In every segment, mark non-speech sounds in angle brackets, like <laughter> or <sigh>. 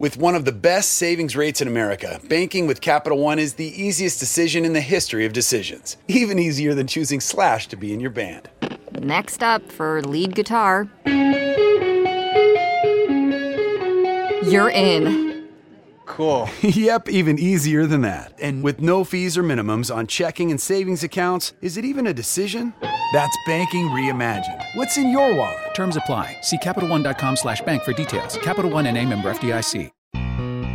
With one of the best savings rates in America, banking with Capital One is the easiest decision in the history of decisions. Even easier than choosing Slash to be in your band. <laughs> Next up for lead guitar. You're in. Cool. yep, even easier than that. And with no fees or minimums on checking and savings accounts, is it even a decision? That's banking reimagined. What's in your wallet? Terms apply. See CapitalOne.com slash bank for details. Capital One and a member FDIC.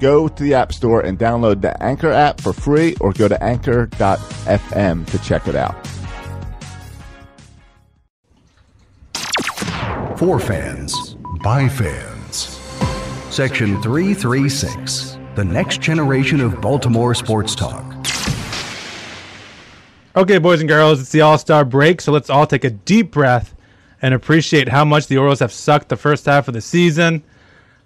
Go to the App Store and download the Anchor app for free or go to anchor.fm to check it out. For fans, by fans. Section 336, the next generation of Baltimore sports talk. Okay, boys and girls, it's the All Star break, so let's all take a deep breath and appreciate how much the Orioles have sucked the first half of the season.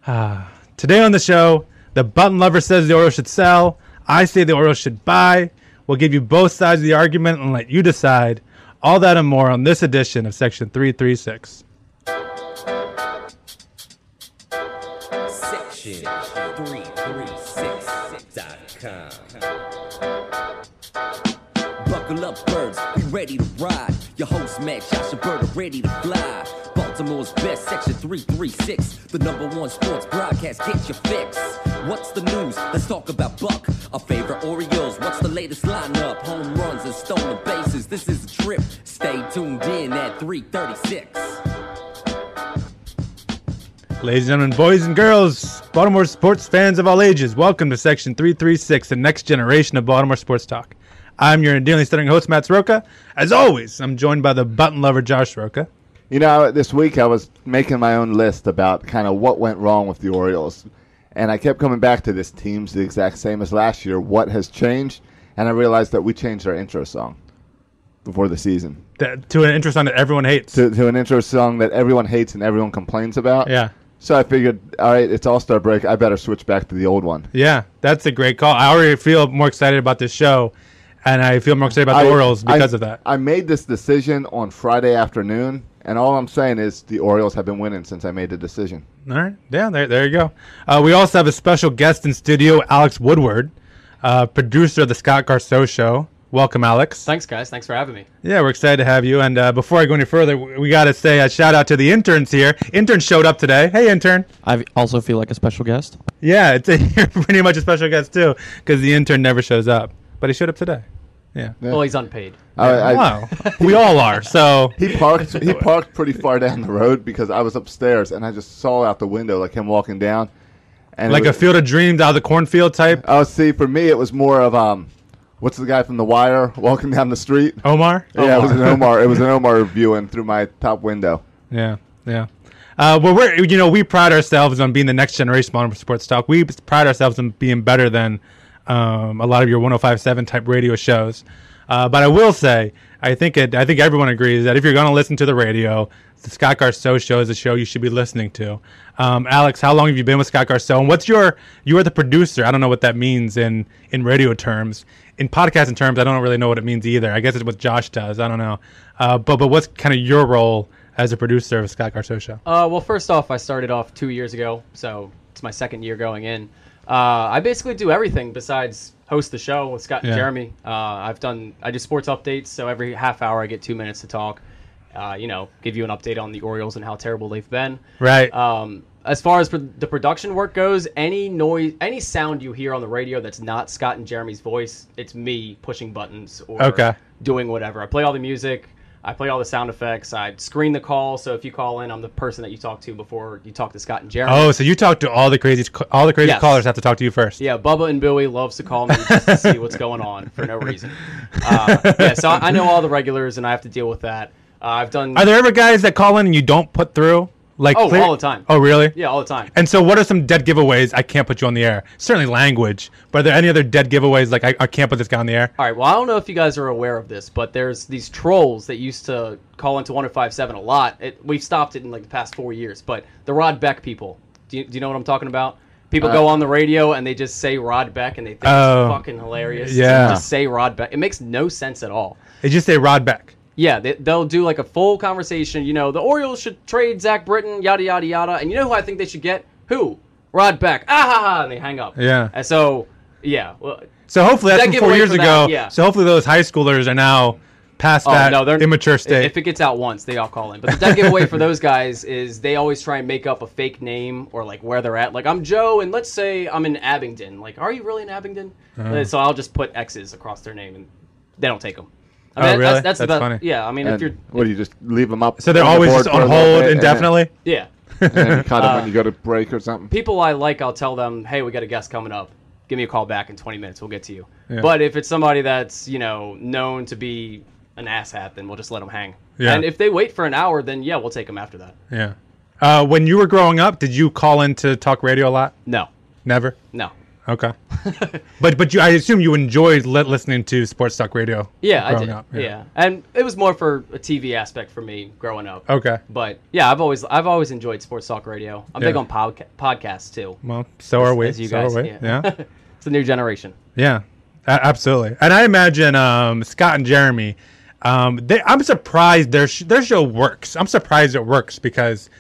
Ah, today on the show, the button lover says the Orioles should sell. I say the Orioles should buy. We'll give you both sides of the argument and let you decide. All that and more on this edition of Section 336. Section 336.com. Buckle up, birds, be ready to ride. Your host, Max Joshua Bird, ready to fly. Baltimore's best, section 336. The number one sports broadcast, get your fix. What's the news? Let's talk about Buck. Our favorite Orioles, what's the latest lineup? Home runs and stolen bases, this is a trip. Stay tuned in at 336. Ladies and gentlemen, boys and girls, Baltimore sports fans of all ages, welcome to Section 336, the next generation of Baltimore sports talk. I'm your endearingly stuttering host, Matt Soroka. As always, I'm joined by the button lover, Josh Soroka. You know, this week I was making my own list about kind of what went wrong with the Orioles. And I kept coming back to this team's the exact same as last year. What has changed? And I realized that we changed our intro song before the season That- to an interest on that everyone hates. to, to an intro song that everyone hates and everyone complains about. Yeah. So I figured, all right, it's All Star break. I better switch back to the old one. Yeah, that's a great call. I already feel more excited about this show, and I feel more excited about the Orioles because I- of that. I made this decision on Friday afternoon, and all I'm saying is the Orioles have been winning since I made the decision. All right. Yeah, there, there you go. Uh, we also have a special guest in studio, Alex Woodward, uh, producer of the Scott Garceau Show. Welcome, Alex. Thanks, guys. Thanks for having me. Yeah, we're excited to have you. And uh, before I go any further, w- we got to say a shout out to the interns here. Intern showed up today. Hey, intern. I also feel like a special guest. Yeah, it's a, <laughs> you're pretty much a special guest too, because the intern never shows up, but he showed up today. Yeah. Well, he's unpaid. I, I, Wow. we all are. <laughs> So He parked. <laughs> He parked pretty far down the road because I was upstairs, and I just saw out the window like him walking down, and it like a was- field of dreams out of the cornfield type. Oh, see, for me, it was more of um, what's the guy from The Wire <laughs> walking down the street? Omar. Yeah, it was <laughs> an Omar. It was an Omar viewing through my top window. Yeah, yeah. Uh, well, we're you know we pride ourselves on being the next generation of modern sports talk. We pride ourselves on being better than um, a lot of your 105.7 type radio shows. Uh, but I will say, I think it. I think everyone agrees that if you're going to listen to the radio, the Scott Garceau show is a show you should be listening to. Um, Alex, how long have you been with Scott Garceau, and what's your you are the producer? I don't know what that means in in radio terms. In podcasting terms, I don't really know what it means either. I guess it's what Josh does. I don't know. Uh, but but what's kind of your role as a producer of Scott Garceau Show. Uh, well, first off, I started off two years ago, so it's my second year going in. Uh, I basically do everything besides host the show with Scott Yeah. and Jeremy. Uh, I've done I do sports updates, so every half hour I get two minutes to talk. Uh, you know, give you an update on the Orioles and how terrible they've been. Right. Um, as far as pro- the production work goes, any noise, any sound you hear on the radio that's not Scott and Jeremy's voice, it's me pushing buttons or Okay. doing whatever. I play all the music. I play all the sound effects. I screen the call, so if you call in, I'm the person that you talk to before you talk to Scott and Jeremy. Oh, so you talk to all the crazy, all the crazy Yes. callers have to talk to you first. Yeah, Bubba and Billy loves to call me just to see what's going on for no reason. Uh, yeah, so I, I know all the regulars, and I have to deal with that. Uh, I've done Are there ever guys that call in and you don't put through? Like Oh, all the time. Oh, really? yeah all the time. And so, what are some dead giveaways? I can't put you on the air. Certainly, language. But are there any other dead giveaways? Like, I, I can't put this guy on the air. All right. Well, I don't know if you guys are aware of this, but there's these trolls that used to call into 1057 a lot. It, we've stopped it in like the past four years, but the Rod Beck people. Do you, do you know what I'm talking about? People go on the radio and they just say Rod Beck and they think Oh. it's fucking hilarious. to Yeah. Just say Rod Beck. It makes no sense at all. They just say Rod Beck. Yeah, they, they'll do like a full conversation. You know, the Orioles should trade Zach Britton, yada yada yada. And you know who I think they should get? Who? Rod Beck. Ah ha ha! And they hang up. Yeah. And so, yeah. Well, So hopefully that's That from four giveaway years for that, ago. yeah. So hopefully those high schoolers are now past that immature state. Oh, If it gets out once, they all call in. But the dead giveaway for those guys is they always try and make up a fake name or like where they're at. Like I'm Joe, and let's say I'm in Abingdon. Like, are you really in Abingdon? Uh-huh. And So I'll just put X's across their name, and they don't take them. I Oh, really? That's, That's about, funny. Yeah, I mean, And if you're, what do you just leave them up? so they're on the always board just for a on little hold bit, and then- indefinitely. yeah. And then you <laughs> cut them when you go to break or something. people I like, I'll tell them, hey, we got a guest coming up. Give me a call back in 20 minutes. We'll get to you. But if it's somebody that's, you know, known to be an asshat, then we'll just let them hang. Yeah. And if they wait for an hour, then yeah, we'll take them after that. Yeah. Uh, when you were growing up, did you call in to talk radio a lot? No, Never. no. Okay. <laughs> but but you, I assume you enjoyed li- listening to sports talk radio. Yeah, I growing did. up, yeah. And it was more for a TV aspect for me growing up. Okay. But yeah, I've always I've always enjoyed sports talk radio. I'm big Yeah. on podca- podcasts too. Well, so are we. as you so guys, are we. yeah. <laughs> yeah. It's a new generation. Yeah, a- absolutely. And I imagine um, Scott and Jeremy. Um, they, I'm surprised their sh- their show works. I'm surprised it works because,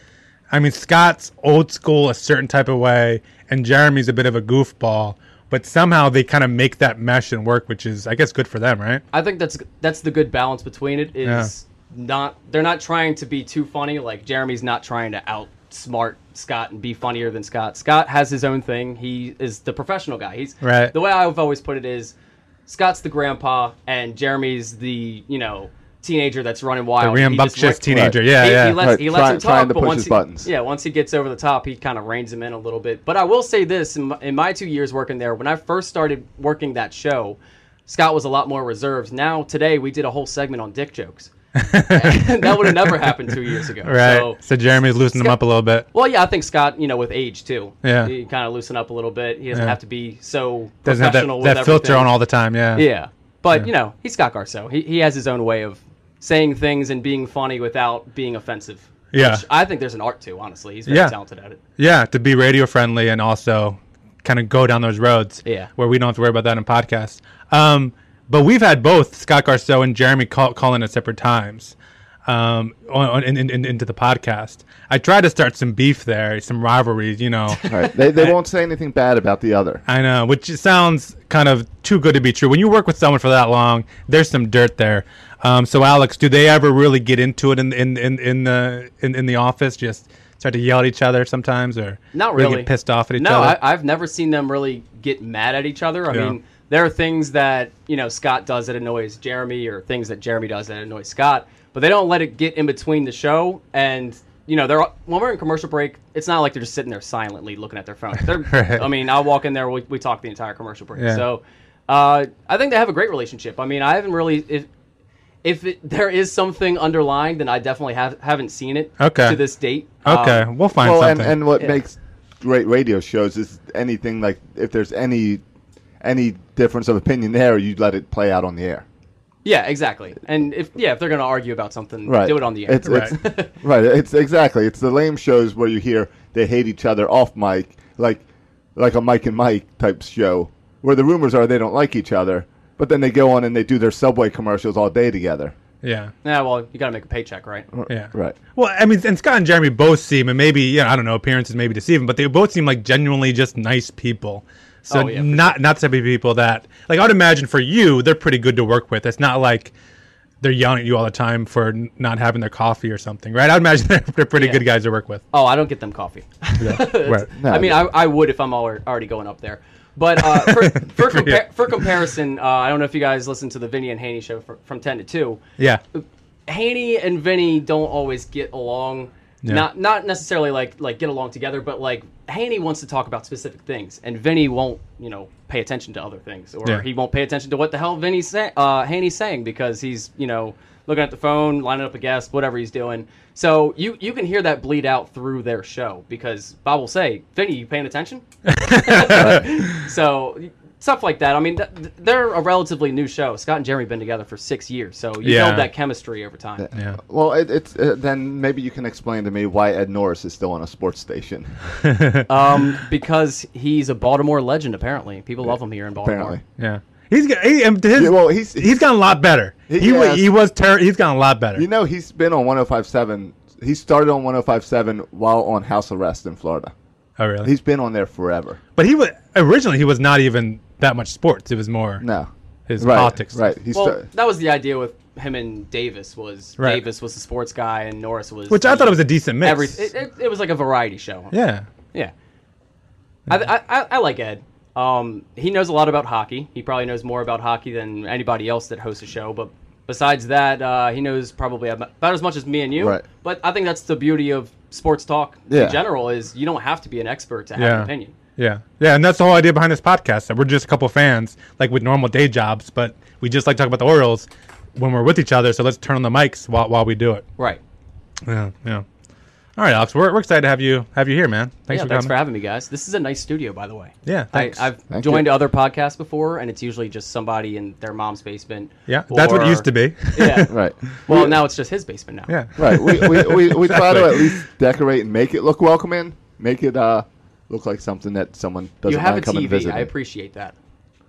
I mean, Scott's old school a certain type of way, and Jeremy's a bit of a goofball. But somehow they kind of make that mesh and work, which is, I guess, good for them, right? I think that's that's the good balance between it is Yeah. not they're not trying to be too funny like Jeremy's not trying to outsmart Scott and be funnier than Scott. Scott has his own thing. He is the professional guy. He's Right. The way I've always put it is Scott's the grandpa and Jeremy's the, you know, teenager that's running wild. He just rambunctious let- teenager. Yeah, he, yeah. He lets, Right, he lets try- him trying talk, to but push once his he, buttons. yeah, once he gets over the top, he kind of reins him in a little bit. But I will say this: in my, in my two years working there, when I first started working that show, Scott was a lot more reserved. Now today, we did a whole segment on dick jokes. <laughs> <laughs> that would have never happened two years ago. Right. So, So, Jeremy's loosening them Scott- up a little bit. well, yeah, I think Scott, you know, with age too, Yeah. he kind of loosen up a little bit. He doesn't Yeah. have to be so Doesn't have that, professional with that filter everything. on all the time. Yeah. Yeah, but you know, he's Scott Garso. He he has his own way of saying things and being funny without being offensive. Yeah. which I think there's an art to. Honestly, he's very Yeah. talented at it. Yeah, to be radio friendly and also kind of go down those roads. Yeah. Where we don't have to worry about that in podcasts. Um, but we've had both Scott Garceau and Jeremy call, call in at separate times um, on, on, in, in- in- into the podcast. I tried to start some beef there, some rivalries, you know. Right. They, they won't say anything bad about the other. I know, which sounds kind of too good to be true. When you work with someone for that long, there's some dirt there. Um, so, Alex, do they ever really get into it in in in, in the in, in the office? Just start to yell at each other sometimes, or Not really really. get pissed off at each no, other? I, I've never seen them really get mad at each other. I Yeah. mean, there are things that you know Scott does that annoys Jeremy, or things that Jeremy does that annoys Scott, but they don't let it get in between the show. And you know, they're when we're in commercial break, it's not like they're just sitting there silently looking at their phone. They're, <laughs> Right. I mean, I walk in there, we, we talk the entire commercial break. Yeah. So, uh, I think they have a great relationship. I mean, I haven't really. If, if it, there is something underlying, then I definitely have, haven't seen it Okay. to this date. Um, Okay, we'll find well, and, something. and what makes great radio shows is anything like if there's any any difference of opinion there, you let it play out on the air. Yeah, exactly. And if yeah, if they're gonna argue about something, Right. do it on the air. It's, <laughs> It's, right. It's exactly. It's the lame shows where you hear they hate each other off mic, like like a Mike and Mike type show where the rumors are they don't like each other, but then they go on and they do their subway commercials all day together. yeah, yeah, well, you gotta make a paycheck, right? yeah, Right. Well, I mean, and Scott and Jeremy both seem, and maybe you know, I don't know, appearances maybe deceiving, but they both seem like genuinely just nice people. So Oh, yeah, for not not so many people that like I'd imagine for you, they're pretty good to work with. It's not like they're yelling at you all the time for n- not having their coffee or something, right? I'd imagine <laughs> they're, they're pretty good guys to work with. Oh, I don't get them coffee. <laughs> <laughs> Right. I mean, I, I would if I'm al- already going up there. <laughs> But uh, for for, compa- for comparison, uh, I don't know if you guys listen to the Vinny and Haney show fr- from ten to two. Yeah. Haney and Vinny don't always get along. Yeah. Not not necessarily like like get along together, but like Haney wants to talk about specific things, and Vinny won't you know pay attention to other things, or Yeah. he won't pay attention to what the hell Vinny's say, uh, Haney's saying because he's you know looking at the phone, lining up a guest, whatever he's doing. So you you can hear that bleed out through their show because Bob will say, Vinny, you paying <laughs> attention? so stuff like that. I mean, th- th- they're a relatively new show. Scott and Jeremy been together for six years, so you Yeah. build that chemistry over time. Yeah. Well, it, it's uh, then maybe you can explain to me why Ed Norris is still on a sports station. <laughs> Um, because he's a Baltimore legend, apparently. People love him here in Baltimore. Apparently, Yeah. He's got. He, um, his, Yeah, well, he's- he's gotten a lot better. He- He wa- yes. he was ter- he's gotten a lot better. you know he's been on 105.7. He started on 105.7 while on house arrest in Florida. oh really? He's been on there forever. but he was originally he was not even that much sports. It was more No, his right, politics. Right. He's Well, sta- that was the idea with him and Davis was Right. Davis was the sports guy and Norris was Which I thought it was a decent mix. every it, it, it was like a variety show. yeah. yeah. I, I- I I like Ed. Um, he knows a lot about hockey. He probably knows more about hockey than anybody else that hosts a show. But besides that, uh, he knows probably ab- about as much as me and you. Right. But I think that's the beauty of sports talk Yeah. in general is you don't have to be an expert to have Yeah. an opinion. Yeah. Yeah. And that's the whole idea behind this podcast. That we're just a couple fans, like with normal day jobs, but we just like to talk about the Orioles when we're with each other. So let's turn on the mics while, while we do it. Right. Yeah. Yeah. All right, Alex. We're, we're excited to have you have you here, man. Thanks yeah, for thanks coming. for having me, guys. This is a nice studio, by the way. Yeah, I, thanks. I've Thank joined you. other podcasts before, and it's usually just somebody in their mom's basement. yeah. That's what it or- used to be. <laughs> <laughs> Yeah. right. Well, now it's just his basement now. yeah. Right. We, we, we, <laughs> we try to at least decorate and make it look welcoming. Make it uh, look like something that someone doesn't You have a mind come and TV. visit. I it. appreciate that.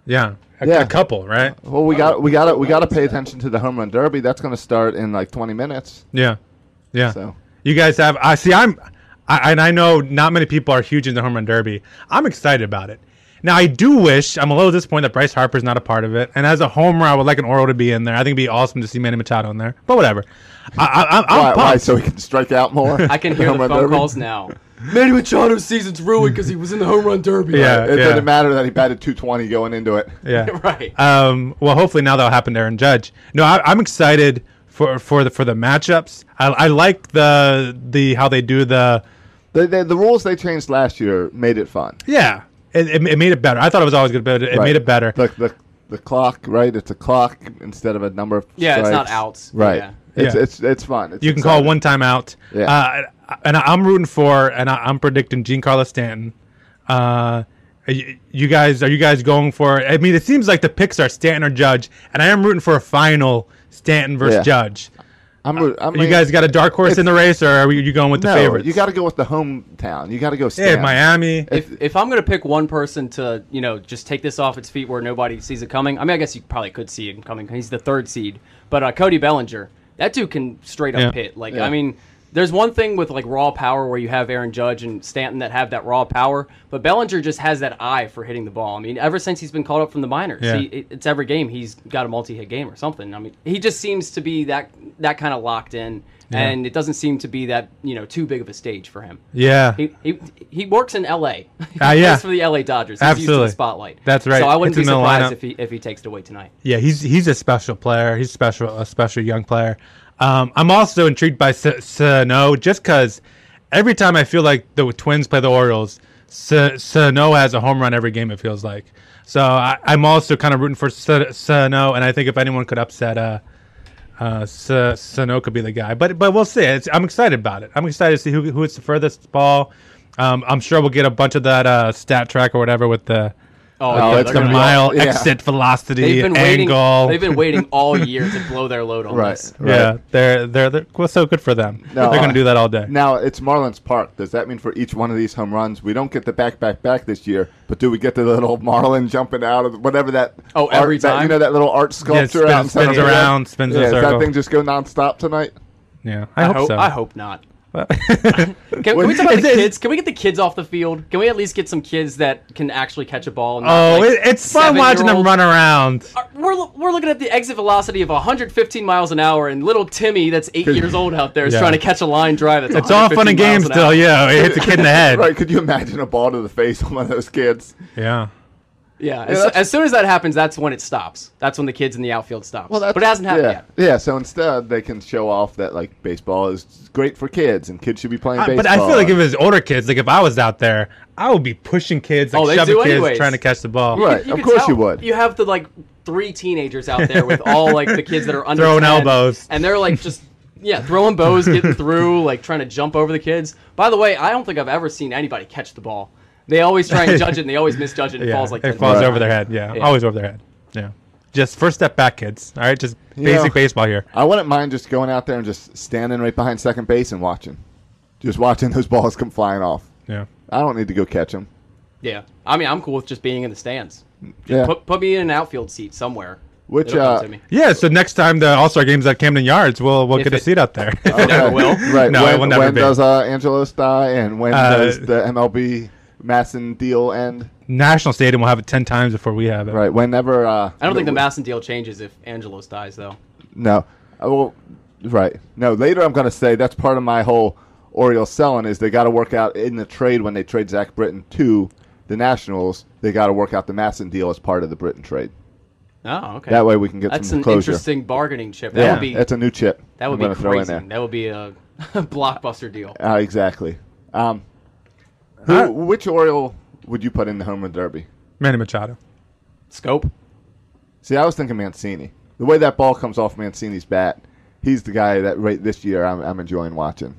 Yeah. A, Yeah. a couple, right? Well, we got we got to we got to pay attention to the home run derby. That's going to start in like 20 minutes. Yeah. Yeah. So. You guys have. I see. I'm. I, and I know not many people are huge into home run derby. I'm excited about it. Now I do wish I'm a little disappointed that Bryce Harper's not a part of it. And as a homer, I would like an Oral to be in there. I think it'd be awesome to see Manny Machado in there. But whatever. I, I, I'm Why, pumped. why? So we can strike out <laughs> more. <laughs> I can hear home the run phone derby? <laughs> calls now. Manny Machado's season's ruined because he was in the home run derby. yeah. It yeah. doesn't matter that he batted 220 going into it. Yeah. Right. Um, well, hopefully now that'll happen to Aaron Judge. No, I, I'm excited for for the for the matchups. I, I like the the how they do the The, the, the rules they changed last year made it fun. yeah. It, it, it made it better. I thought it was always good, but it, it Right. made it better. The, the, the clock, right? It's a clock instead of a number. Of Yeah, it's not strikes. outs. Right. Yeah. It's, Yeah. it's it's fun. It's you can call exciting. one timeout. Yeah. Uh, and I- I'm rooting for, and I- I'm predicting Gene Carlos Stanton. Uh, y- you guys, are you guys going for? I mean, it seems like the picks are Stanton or Judge, and I am rooting for a final Stanton versus Yeah. Judge. I'm, ru- I'm you guys got a dark horse in the race, or are you going with the no, favorites? You got to go with the hometown. You got to go. yeah, Stan. Miami. If, if I'm gonna pick one person to you know just take this off its feet where nobody sees it coming, I mean I guess you probably could see him coming. He's the third seed, but uh, Cody Bellinger, that dude can straight up Yeah. hit. Like Yeah. I mean, there's one thing with like raw power where you have Aaron Judge and Stanton that have that raw power, but Bellinger just has that eye for hitting the ball. I mean, ever since he's been called up from the minors, Yeah. he, it- it's every game he's got a multi-hit game or something. I mean, he just seems to be that that kind of locked in, and it doesn't seem to be that you know too big of a stage for him. Yeah. He, he, <laughs> he works in L.A. Ah, yeah. Plays for the L.A. Dodgers. He's used to Absolutely. the spotlight. That's right. So I wouldn't Hits be him in the lineup. surprised if he if he takes it away tonight. Yeah, he's he's a special player. He's special, a special young player. Um, I'm also intrigued by S- Sano just because every time I feel like the Twins play the Orioles, S- Sano has a home run every game. It feels like. So I, I'm also kind of rooting for S- Sano, and I think if anyone could upset uh, uh, S- Sano could be the guy. But but we'll see. It's, I'm excited about it. I'm excited to see who who hits the furthest ball. Um, I'm sure we'll get a bunch of that uh, stat track or whatever with the Oh, yeah, it's they're Oh, it's the gonna- be- mile yeah. exit velocity They've been waiting. angle. They've <laughs> been waiting all year to blow their load on Right. this. Yeah, they're they're, they're well, so good for them. No, they're I- gonna do that all day. Now it's Marlins Park. Does that mean for each one of these home runs, we don't get the back, back, back this year? But do we get the little Marlin jumping out of whatever that? Oh, every art- that- time? you know that little art sculpture spin- out in Santa spins Maria? around, spins in yeah, a does circle. that thing just go nonstop tonight? yeah, I, hope, so. I hope not. Can, can we talk about It's- the it's- kids? Can we get the kids off the field? Can we at least get some kids that can actually catch a ball? and not, Oh, like, it, it's fun watching them seven-year-old- run around. Are- We're, lo- we're looking at the exit velocity of 115 miles an hour, and little Timmy, that's <laughs> eight years old out there, is Yeah. trying to catch a line drive. That's It's all fun and 115 games miles an hour. still. Yeah, it hits a kid in <laughs> the head. Right? Could you imagine a ball to the face on one of those kids? Yeah. Yeah, as, as soon as that happens, that's when it stops. That's when the kids in the outfield stops. Well, that's- but it hasn't happened yeah. yet. Yeah, so instead they can show off that like baseball is great for kids and kids should be playing I- baseball. but I feel like if it was older kids, like if I was out there, I would be pushing kids, like Oh, they shoving do kids, anyways. trying to catch the ball. Right. of can course you would. You have the like three teenagers out there with all like the kids that are under Throwing 10, elbows. and they're like just yeah throwing bows, getting through, like trying to jump over the kids. By the way, I don't think I've ever seen anybody catch the ball. They always try and judge it, and they always misjudge it. and <laughs> Yeah, falls like it 10 falls feet. over their head. Yeah, Yeah. always over their head. Yeah, just first step back, kids. All right, just know- basic baseball here. I wouldn't mind just going out there and just standing right behind second base and watching, just watching those balls come flying off. Yeah, I don't need to go catch them. Yeah, I mean, I'm cool with just being in the stands. Yeah. Put, <laughs> put me in an outfield seat somewhere. Which, It'll come uh, to me. yeah. So next time the All Star game's at Camden Yards, we'll we'll If get a it- seat out there. <laughs> never will. <laughs> Right. No, when it will never when be. does uh, Angelos die and when Uh, does the MLB Masson deal end? <laughs> National Stadium will have it ten times before we have it. Right. Whenever. Uh, I don't think the Masson deal changes if Angelos dies, though. No. I will, right. No, later I'm going to say that's part of my whole Orioles selling is they got to work out in the trade when they trade Zach Britton to the Nationals, they got to work out the Masson deal as part of the Britton trade. Oh, okay. That way we can get That's some an closure. interesting bargaining chip. That yeah, would be that's a new chip. That would I'm be gonna throw in crazy. there. That would be a <laughs> blockbuster deal. Uh, exactly. Um, who, Huh? Which Oriole would you put in the home run derby? Manny Machado. Scope. See, I was thinking Mancini. The way that ball comes off Mancini's bat, he's the guy that right this year I'm, I'm enjoying watching.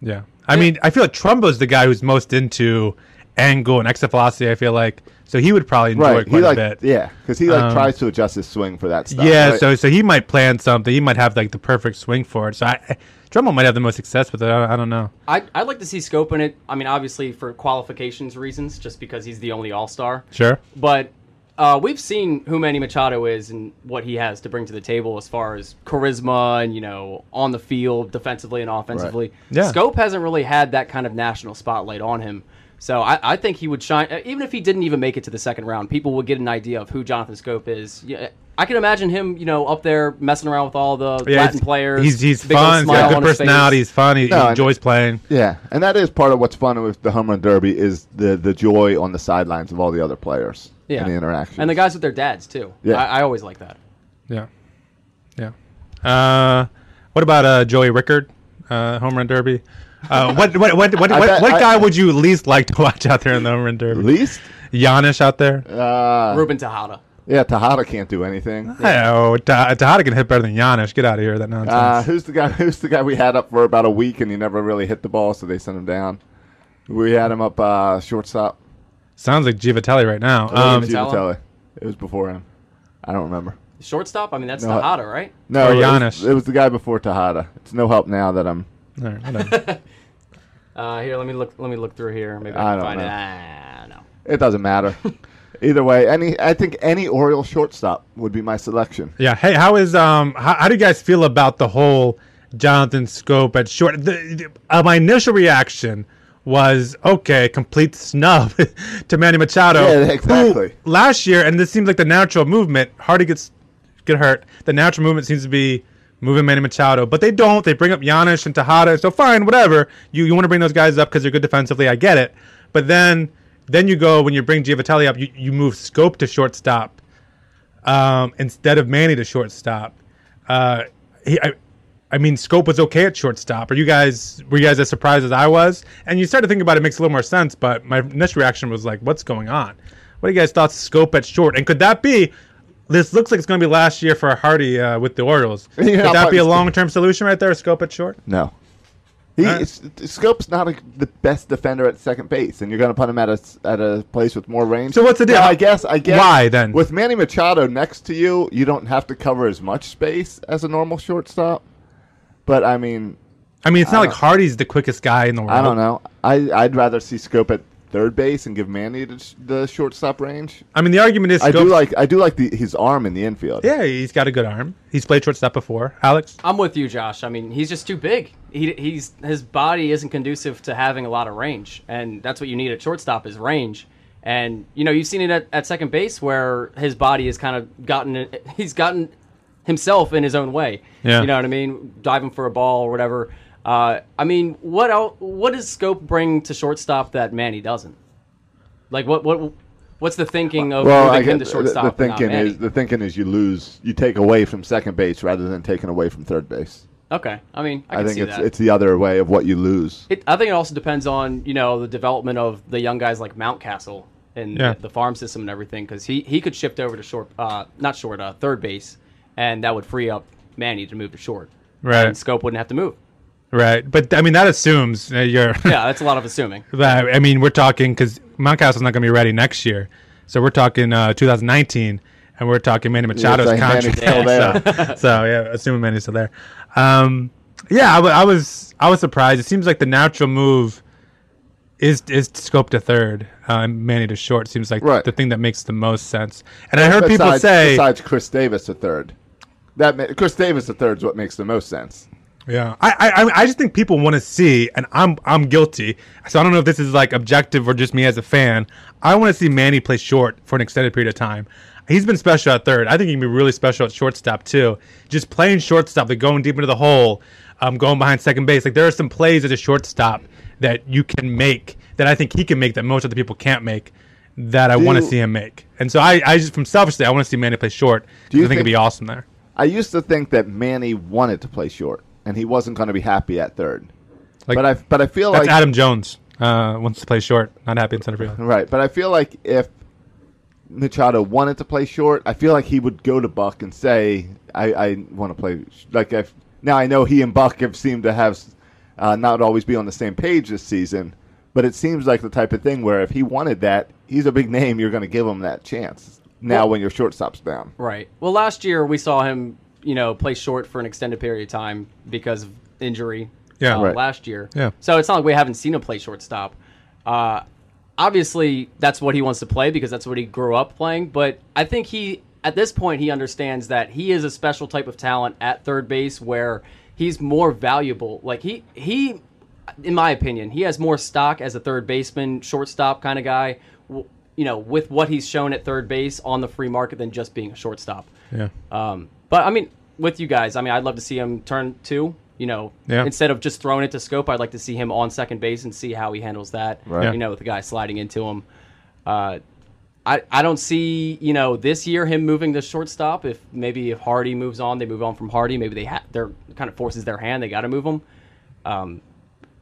Yeah, I mean, I feel like Trumbo's the guy who's most into angle and exit velocity. I feel like so he would probably enjoy Right, quite he like a bit. Um, yeah, because he like tries to adjust his swing for that stuff. Yeah, right? so so he might plan something. He might have like the perfect swing for it. So I, I Trumbo might have the most success with it. I, I don't know. I'd, I'd like to see Scope in it. I mean, obviously for qualifications reasons, just because he's the only All Star. Sure. But uh, we've seen who Manny Machado is and what he has to bring to the table as far as charisma and you know on the field defensively and offensively. Yeah. Scope hasn't really had that kind of national spotlight on him. So I, I think he would shine, uh, even if he didn't even make it to the second round. People would get an idea of who Jonathan Scope is. Yeah, I can imagine him, you know, up there messing around with all the Yeah, Latin he's- players. He's he's big old fun. He's smile got on good his face. personality. He's fun. He, he No, and- enjoys playing. yeah, and that is part of what's fun with the home run derby is the the joy on the sidelines of all the other players Yeah. and the interaction And the guys with their dads too. Yeah. I, I always like that. Yeah, yeah. Uh, what about uh Joey Rickard, uh, home run derby? <laughs> Uh, what what what what, I what, bet- what I- guy would you least like to <laughs> watch out there in the home run derby? least. Giannis out there. Uh, Ruben Tejada. Yeah, Tejada can't do anything. Oh, Ta- Tejada can hit better than Giannis. Get out of here, with that nonsense. Uh, who's the guy? <laughs> Who's the guy we had up for about a week and he never really hit the ball, so they sent him down. We had him up uh, shortstop. Sounds like Givatelli right now. Um, Um, Givatelli. It was before him. I don't remember. Shortstop? I mean, that's No, I- Tejada, right? No, Or it was, Giannis. it was the guy before Tejada. It's no help now that I'm. all right, whatever. Uh, here, let me look. Let me look through here. Maybe I I, can don't find know. it. Ah, no. It doesn't <laughs> matter. Either way, any I think any Oriole shortstop would be my selection. yeah. Hey, how is um? How, how do you guys feel about the whole Jonathan Scope at short? The, the- uh, my initial reaction was okay, complete snub <laughs> to Manny Machado. Yeah, who exactly. last year, and this seems like the natural movement. Hardy gets get hurt. The natural movement seems to be moving Manny Machado, but they don't. They bring up Giannis and Tejada. So fine, whatever. You you want to bring those guys up because they're good defensively. I get it. But then then you go when you bring Giovattelli up, you, you move Scope to shortstop um, instead of Manny to shortstop. Uh, he, I, I mean, Scope was okay at shortstop. Are you guys were you guys as surprised as I was? And you start to think about it, it makes a little more sense. But my initial reaction was like, "What's going on? What do you guys thought? Scope at short, and could that be? This looks like it's going to be last year for Hardy uh, with the Orioles. <laughs> Could Yeah, I'll that probably- be a long term solution right there? Scope at short. No. He, Alright. S- Scope's not a, the best defender at second base, and you're going to put him at a s- at a place with more range. So what's the deal? Now, I guess. I guess. Why, then? With Manny Machado next to you, you don't have to cover as much space as a normal shortstop. But I mean, I mean, it's not like Hardy's the quickest guy in the world. I don't know. I I'd rather see Scope at third base and give Manny the, sh- the shortstop range? I mean, the argument is I go- do like I do like the, his arm in the infield. Yeah, he's got a good arm. He's played shortstop before. Alex, I'm with you, Josh. I mean, he's just too big. He, he's his body isn't conducive to having a lot of range, and that's what you need at shortstop is range. And you know, you've seen it at, at second base where his body has kind of gotten he's gotten himself in his own way. Yeah. You know what I mean? Diving for a ball or whatever. Uh, I mean, what el what does Scope bring to shortstop that Manny doesn't? Like, what what what's the thinking of Well, I moving guess him the, to the shortstop? and not thinking Manny? is the thinking is you lose, you take away from second base rather than taking away from third base. okay. I mean, I, I, can think see it's that. it's the other way of what you lose. It, I think it also depends on you know the development of the young guys like Mountcastle and Yeah. the, farm system and everything because he, he could shift over to short, uh, not short, uh, third base, and that would free up Manny to move to short. Right. And Scope wouldn't have to move. right? But I mean, that assumes that <laughs> you're. Yeah, that's a lot <laughs> of assuming. That, I mean, we're talking because Mountcastle's not going to be ready next year, so we're talking uh, 2019, and we're talking Manny Machado's saying Manny's contract. still <laughs> so, so, yeah, assuming Manny's still there. Um, yeah, I, w- I was I was surprised. It seems like the natural move is is to scope to third, uh, and Manny to short. Seems like Right. the thing that makes the most sense. And I heard people Besides- say, besides Chris Davis a third, that ma- Chris Davis a third is what makes the most sense. Yeah, I I, I- I just think people want to see, and I'm I'm guilty. So I don't know if this is like objective or just me as a fan. I want to see Manny play short for an extended period of time. He's been special at third. I think he can be really special at shortstop too. Just playing shortstop, like going deep into the hole, um, going behind second base. Like there are some plays as a shortstop that you can make that I think he can make that most other people can't make. That I want to you- see him make. And so I, I just from selfishly, I want to see Manny play short. Do you I think, it'd think- be awesome there? I used to think that Manny wanted to play short and he wasn't going to be happy at third. Like- but I but I feel That's like Adam Jones. Uh, wants to play short, not happy in center field. Right, but I feel like if Machado wanted to play short, I feel like he would go to Buck and say, "I, I want to play." sh- Like if now I know he and Buck have seemed to have uh, not always be on the same page this season, but it seems like the type of thing where if he wanted that, he's a big name. You're going to give him that chance now when your shortstop's down. Right. Well, last year we saw him, you know, play short for an extended period of time because of injury. Yeah. uh, Right. Last year. Yeah. So it's not like we haven't seen him play shortstop. Uh, obviously, that's what he wants to play because that's what he grew up playing. But I think he, at this point, he understands that he is a special type of talent at third base where he's more valuable. Like he he in my opinion, he has more stock as a third baseman, shortstop kind of guy. w- You know, with what he's shown at third base on the free market than just being a shortstop. Yeah. Um, but I mean, with you guys, I mean, I'd love to see him turn two. You know, Yeah. instead of just throwing it to scope, I'd like to see him on second base and see how he handles that. Right. Yeah. You know, with the guy sliding into him. Uh, I, I don't see you know this year him moving to shortstop. If maybe if Hardy moves on, they move on from Hardy. Maybe they ha- they're kind of forces their hand. They got to move him. Um,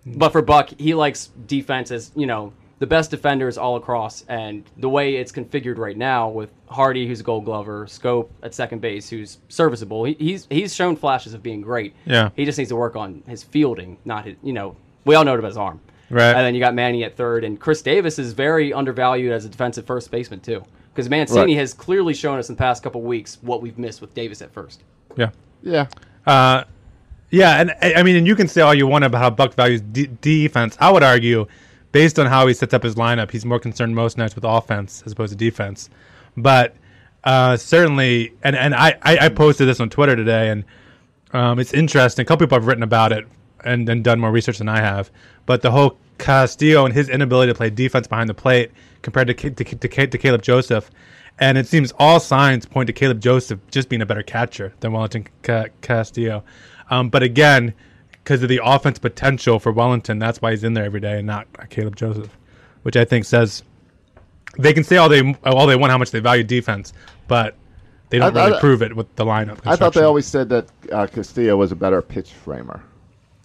but for Buck, he likes defense as you know the best defenders all across, and the way it's configured right now with Hardy, who's a Gold Glover, Scope at second base, who's serviceable. He, he's he's shown flashes of being great. Yeah. he just needs to work on his fielding, not his. You know, we all know about his arm. Right. And then you got Manny at third, and Chris Davis is very undervalued as a defensive first baseman too, because Mancini Right. has clearly shown us in the past couple weeks what we've missed with Davis at first. Yeah. Yeah, Uh, yeah, and I I mean, and you can say all you want about how Buck values de- defense. I would argue, based on how he sets up his lineup, he's more concerned most nights with offense as opposed to defense. But uh, certainly, and and I, I I posted this on Twitter today, and um, it's interesting. A couple people have written about it and, and done more research than I have, but the whole Castillo and his inability to play defense behind the plate compared to Ca- to, Ca- to, Ca- to Caleb Joseph, and it seems all signs point to Caleb Joseph just being a better catcher than Wellington Ca- Castillo. Um, but again, because of the offense potential for Wellington, that's why he's in there every day and not Caleb Joseph, which I think says they can say all they all they want how much they value defense, but they don't I- I- really prove it with the lineup. I thought they construction. always said that uh, Castillo was a better pitch framer.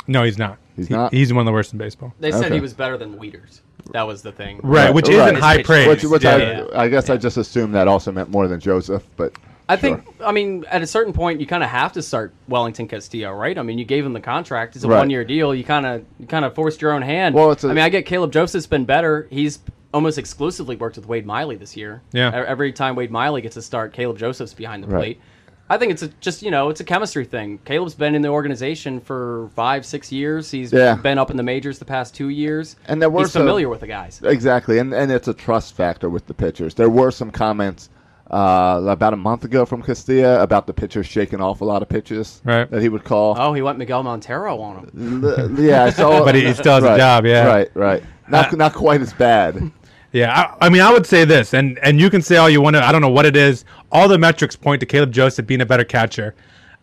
No, he's not. He's not? He's one of the worst in baseball. They said Okay. he was better than Weeders. That was the thing. Right, which Right. isn't His high pitch- praise. Which, which yeah. I, Yeah. I guess I just assumed that also meant more than Joseph, but I sure. think, I mean, at a certain point, you kind of have to start Wellington Castillo, right? I mean, you gave him the contract; it's a Right. one-year deal. You kind of, you kind of forced your own hand. Well, it's a- I mean, I get Caleb Joseph's been better. He's almost exclusively worked with Wade Miley this year. Yeah. E- Every time Wade Miley gets a start, Caleb Joseph's behind the Right. plate. I think it's a, just you know it's a chemistry thing. Caleb's been in the organization for five six years. He's Yeah. been up in the majors the past two years, And there were he's some- familiar with the guys. Exactly, and and it's a trust factor with the pitchers. There were some comments uh, about a month ago from Castilla about the pitchers shaking off a lot of pitches Right. that he would call. Oh, he went Miguel Montero on him. L- yeah, I saw. <laughs> But he- he still has a Right, job, yeah. Uh, right, right. Not not quite as bad. Yeah, I, I mean, I would say this, and and you can say all you want to. I don't know what it is. All the metrics point to Caleb Joseph being a better catcher.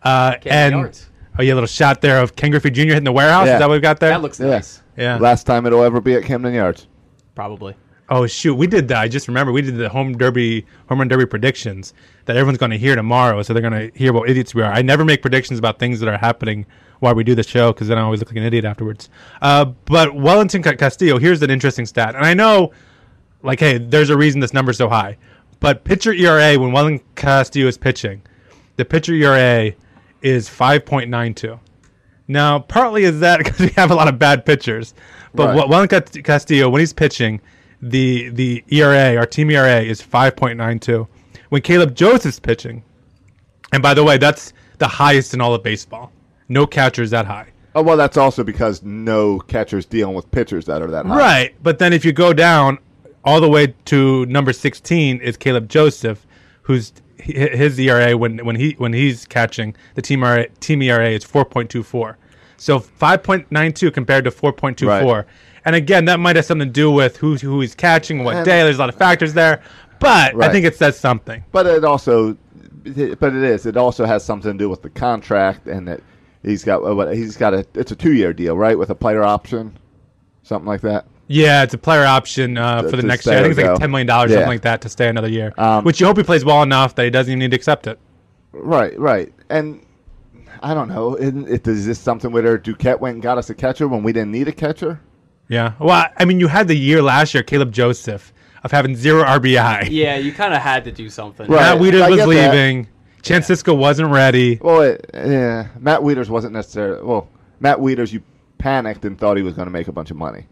Uh, and yards. oh yeah, a little shot there of Ken Griffey Jr. hitting the warehouse. Yeah. Is that what we got there? That <laughs> looks nice, Yes. Yeah. Last time it'll ever be at Camden Yards. <laughs> probably. Oh shoot, we did that. I just remember we did the home derby, home run derby predictions that everyone's going to hear tomorrow. So they're going to hear what idiots we are. I never make predictions about things that are happening while we do the show because then I always look like an idiot afterwards. Uh, but Wellington Ca- Castillo, here's an interesting stat, and I know, like, hey, there's a reason this number's so high. But pitcher ERA when Wellington Castillo is pitching, the pitcher ERA is five point nine two. Now, partly is that <laughs> because we have a lot of bad pitchers, but Right. what Juan Cast- Castillo, when he's pitching, the the ERA, our team ERA, is five point nine two. When Caleb Joseph's pitching, and by the way, that's the highest in all of baseball. No catcher is that high. Oh well, that's also because no catcher's dealing with pitchers that are that high. Right, but then if you go down all the way to number sixteen is Caleb Joseph, who's hi- his ERA when when he when he's catching the team ERA, team ERA is four point two four, so five point nine two compared to four point two Right. four, and again that might have something to do with who who he's catching, what day. There's a lot of factors there, but Right. I think it says something. But it also, but it is. It also has something to do with the contract and that he's got. What he's got a. It's a two-year deal, right, with a player option, something like that. Yeah, it's a player option uh, for the to next stay year. I or think it's go. like ten million dollars, Yeah. something like that, to stay another year. Um, Which you hope he plays well enough that he doesn't even need to accept it. Right, right. And I don't know. Isn't it, is this something where Duquette went and got us a catcher when we didn't need a catcher? Yeah. Well, I- I mean, you had the year last year, Caleb Joseph, of having zero RBI. Yeah, you kind of had to do something. Right. Matt Wieters I was get that. leaving. Chan Cisco wasn't ready. Well, it, yeah. Matt Wieters wasn't necessarily. Well, Matt Wieters, you panicked and thought he was going to make a bunch of money.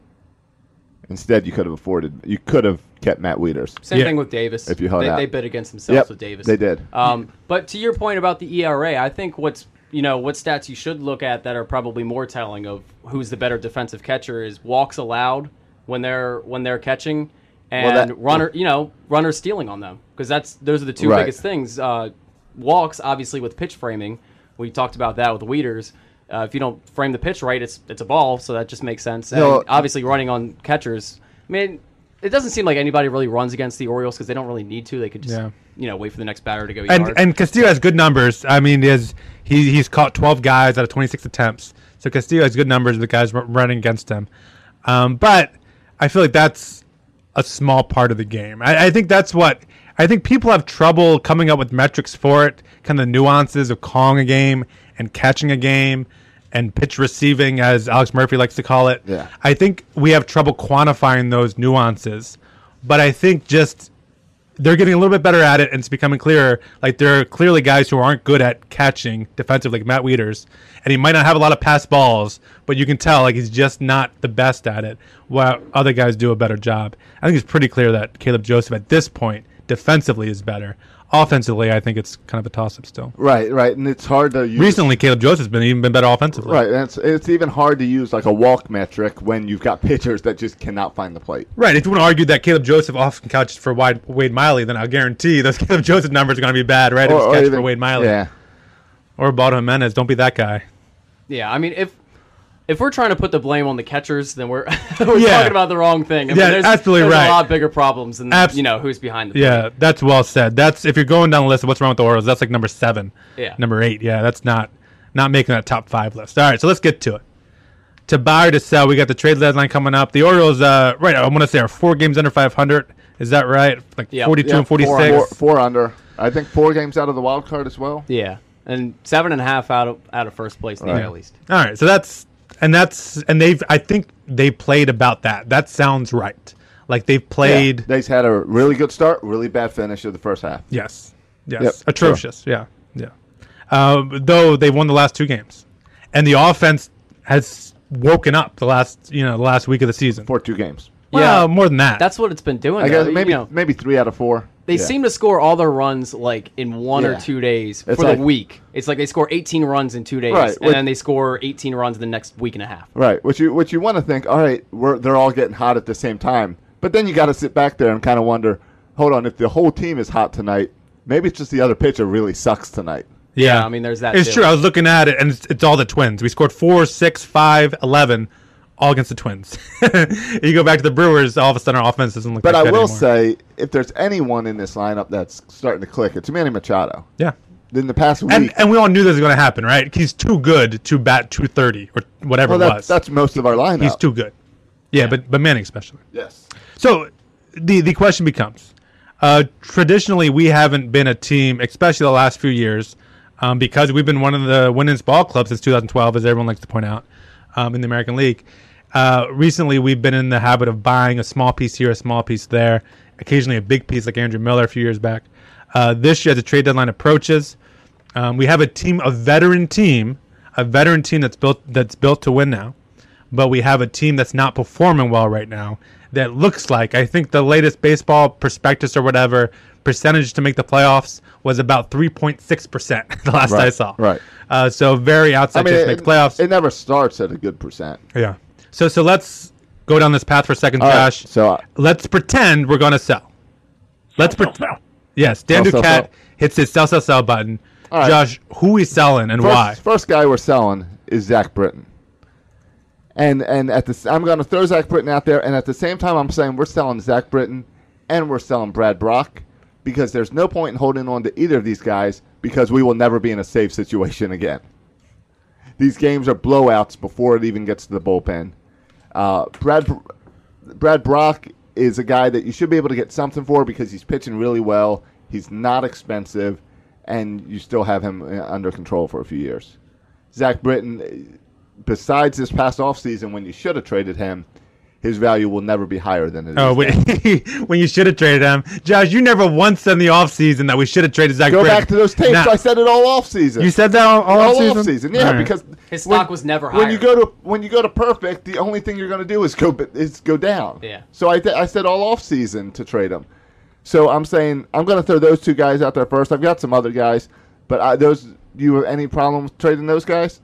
Instead, you could have afforded. You could have kept Matt Wieters. Same Yeah. thing with Davis. If you held they, out. they bid against themselves Yep, with Davis. they did. Um, but to your point about the ERA, I think what's you know what stats you should look at that are probably more telling of who's the better defensive catcher is walks allowed when they're when they're catching and that- runner you know runner stealing on them because that's those are the two Right. biggest things. Uh, walks obviously with pitch framing. We talked about that with Weeders. Uh, if you don't frame the pitch right, it's it's a ball, so that just makes sense. And No. obviously running on catchers. I mean, it doesn't seem like anybody really runs against the Orioles because they don't really need to. They could just Yeah. you know wait for the next batter to go And yard. and Castillo has good numbers. I mean, he has, he he's caught 12 guys out of 26 attempts. So Castillo has good numbers of the guys r- running against him. Um, but I feel like that's a small part of the game. I, I think that's what I think people have trouble coming up with metrics for it, kind of the nuances of calling a game and catching a game and pitch receiving, as Alex Murphy likes to call it. Yeah. I think we have trouble quantifying those nuances. But I think just they're getting a little bit better at it and it's becoming clearer. Like there are clearly guys who aren't good at catching defensively, like Matt Wieters, and he might not have a lot of pass balls, but you can tell like he's just not the best at it. While other guys do a better job. I think it's pretty clear that Caleb Joseph at this point defensively is better. Offensively, I think it's kind of a toss up still. Right, right. And it's hard to use. Recently, Caleb Joseph's been even been better offensively. Right, and it's, it's even hard to use like a walk metric when you've got pitchers that just cannot find the plate. Right. If you want to argue that Caleb Joseph often catches for Wade, Wade Miley, then I guarantee those <laughs> Caleb Joseph numbers are going to be bad, right? if it's catch for Wade Miley Yeah, or Baldo Jimenez, don't be that guy. yeah, I mean if if we're trying to put the blame on the catchers, then we're <laughs> we're Yeah. talking about the wrong thing. I Yeah, there's, absolutely there's right. A lot bigger problems than Abs- you know who's behind the Yeah, that's well said. That's if you're going down the list of what's wrong with the Orioles, that's like number seven. Yeah. Number eight. Yeah, that's not not making that top five list. All right, so let's get to it. To buy or to sell, we got the trade deadline coming up. The Orioles, uh, right? I want to say are four games under 500. Is that right? Like Yep. 42 Yeah, and 46. Four, four, four under. I think four games out of the wild card as well. Yeah, and seven and a half out of out of first place in the Right. AL East. All right, so that's and that's and they've. I think they played about that. That sounds right. Like they've played. They've had a really good start, really bad finish of the first half. Yes. Yes. Yep, Atrocious. Yeah. Yeah. Um, though they won the last two games, and the offense has woken up the last you know the last week of the season. For two games. Well, more than that. That's what it's been doing. I though, guess you maybe know. maybe three out of four. They Yeah. seem to score all their runs like in one Yeah. or two days It's for like- the week. It's like they score 18 runs in two days, Right, and which- then they score 18 runs in the next week and a half. Right. What you what you want to think? All right, we're they're all getting hot at the same time. But then you got to sit back there and kind of wonder. Hold on, if the whole team is hot tonight, maybe it's just the other pitcher really sucks tonight. Yeah, I mean, there's that It's too. true. I was looking at it, and it's, it's all the Twins. We scored four, six, five, eleven, all against the Twins. <laughs> you go back to the Brewers, all of a sudden our offense doesn't look. But like I that will anymore. say, if there's anyone in this lineup that's starting to click, it's Manny Machado. yeah. In the past week, And, and we all knew this was going to happen, right? He's too good to bat 230 or whatever well, it that's was. that's most of our lineup. He's too good. Yeah, but but Manning especially. Yes. So the the question becomes: uh, traditionally, we haven't been a team, especially the last few years, um, because we've been one of the winningest ball clubs since 2012, as everyone likes to point out, um, in the American League. Uh, recently, we've been in the habit of buying a small piece here, a small piece there, occasionally a big piece like Andrew Miller a few years back. Uh, this year, as the trade deadline approaches, um, we have a team, a veteran team, a veteran team that's built that's built to win now but we have a team that's not performing well right now that looks like I think the latest baseball prospectus or whatever percentage to make the playoffs was about 3.6% <laughs> the last I Right, saw. right. Uh, so very outside I mean, chance it, to make the playoffs. it never starts at a good percent. yeah. So so let's go down this path for a second, All right, Josh. so, uh, let's pretend we're going to sell. Let's pretend. Yes, Dan Sell, sell, Duquette sell. hits his sell, sell, sell button. All right. Josh, who we selling and First, why? First guy we're selling is Zach Britton. And and at the s- I'm going to throw Zach Britton out there, and at the same time I'm saying we're selling Zach Britton and we're selling Brad Brock because there's no point in holding on to either of these guys because we will never be in a safe situation again. These games are blowouts before it even gets to the bullpen. Uh, Brad Brad Brock is a guy that you should be able to get something for because he's pitching really well. He's not expensive, and you still have him uh, under control for a few years. Zach Britton, uh, besides this past offseason when you should have traded him, his value will never be higher than it is. Oh, now. <laughs> when, when you should have traded him. Josh, you never once said in the offseason that we should have traded Zach Go Britton. back to those tapes. Now- I said it all offseason. You said that all, all all offseason? offseason, yeah, All right. because His stock was never When you higher. go to when you go to perfect, the only thing you're going to do is go is go down. Yeah. So I, th- I said all offseason to trade him. So I'm saying I'm going to throw those two guys out there first. I've got some other guys, but I, those do you have any problem with trading those guys?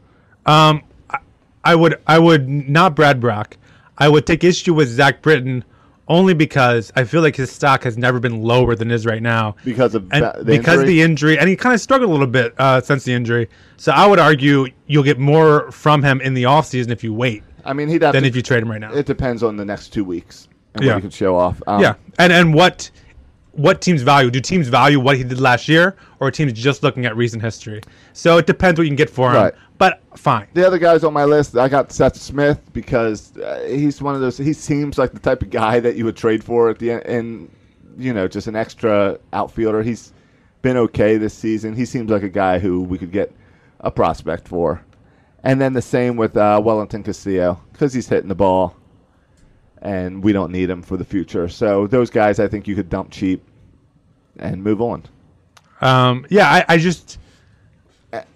Um, I, I would, I would not Brad Brock. I would take issue with Zach Britton only because I feel like his stock has never been lower than it is right now Because of and that- the because injury? the injury, and he kind of struggled a little bit uh, since the injury. So I would argue you'll get more from him in the offseason if you wait I mean, he'd have than to, if you trade him right now. It depends on the next two weeks and Yeah. what he can show off. Um, yeah, and and what what teams value? Do teams value what he did last year, or are teams just looking at recent history? So it depends what you can get for him. Right. But fine. the other guys on my list, I got Seth Smith because uh, he's one of those. He seems like the type of guy <laughs> that you would trade for at the end, and you know, just an extra outfielder. He's been okay this season. He seems like a guy who we could get a prospect for, and then the same with uh, Wellington Castillo because he's hitting the ball, and we don't need him for the future. So those guys, I think you could dump cheap and move on. Um, yeah, I, I just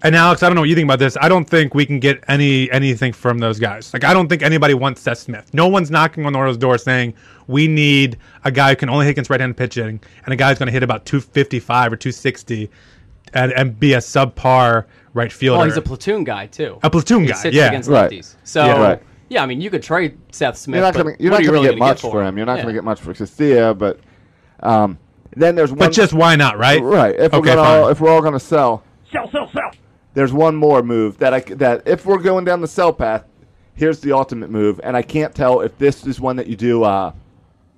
and Alex, I don't know what you think about this. I don't think we can get any anything from those guys. Like, I don't think anybody wants Seth Smith. No one's knocking on the Orioles' door saying we need a guy who can only hit against right-handed pitching and a guy who's going to hit about 255 or 260 and, and be a subpar right fielder. Well, Oh, he's a platoon guy too. A platoon He guy, sits yeah. against Right. lefties. So Yeah. yeah, Right. I mean, you could trade Seth Smith. You're not but going to you're what not are you going to really get gonna much for him. You're not going to get much for Castillo, but um, then there's one. but just why not, right? right. If okay, we're gonna all, fine. if we're all going to sell, sell, sell, sell. There's one more move that I c- that if we're going down the sell path, here's the ultimate move, and I can't tell if this is one that you do uh,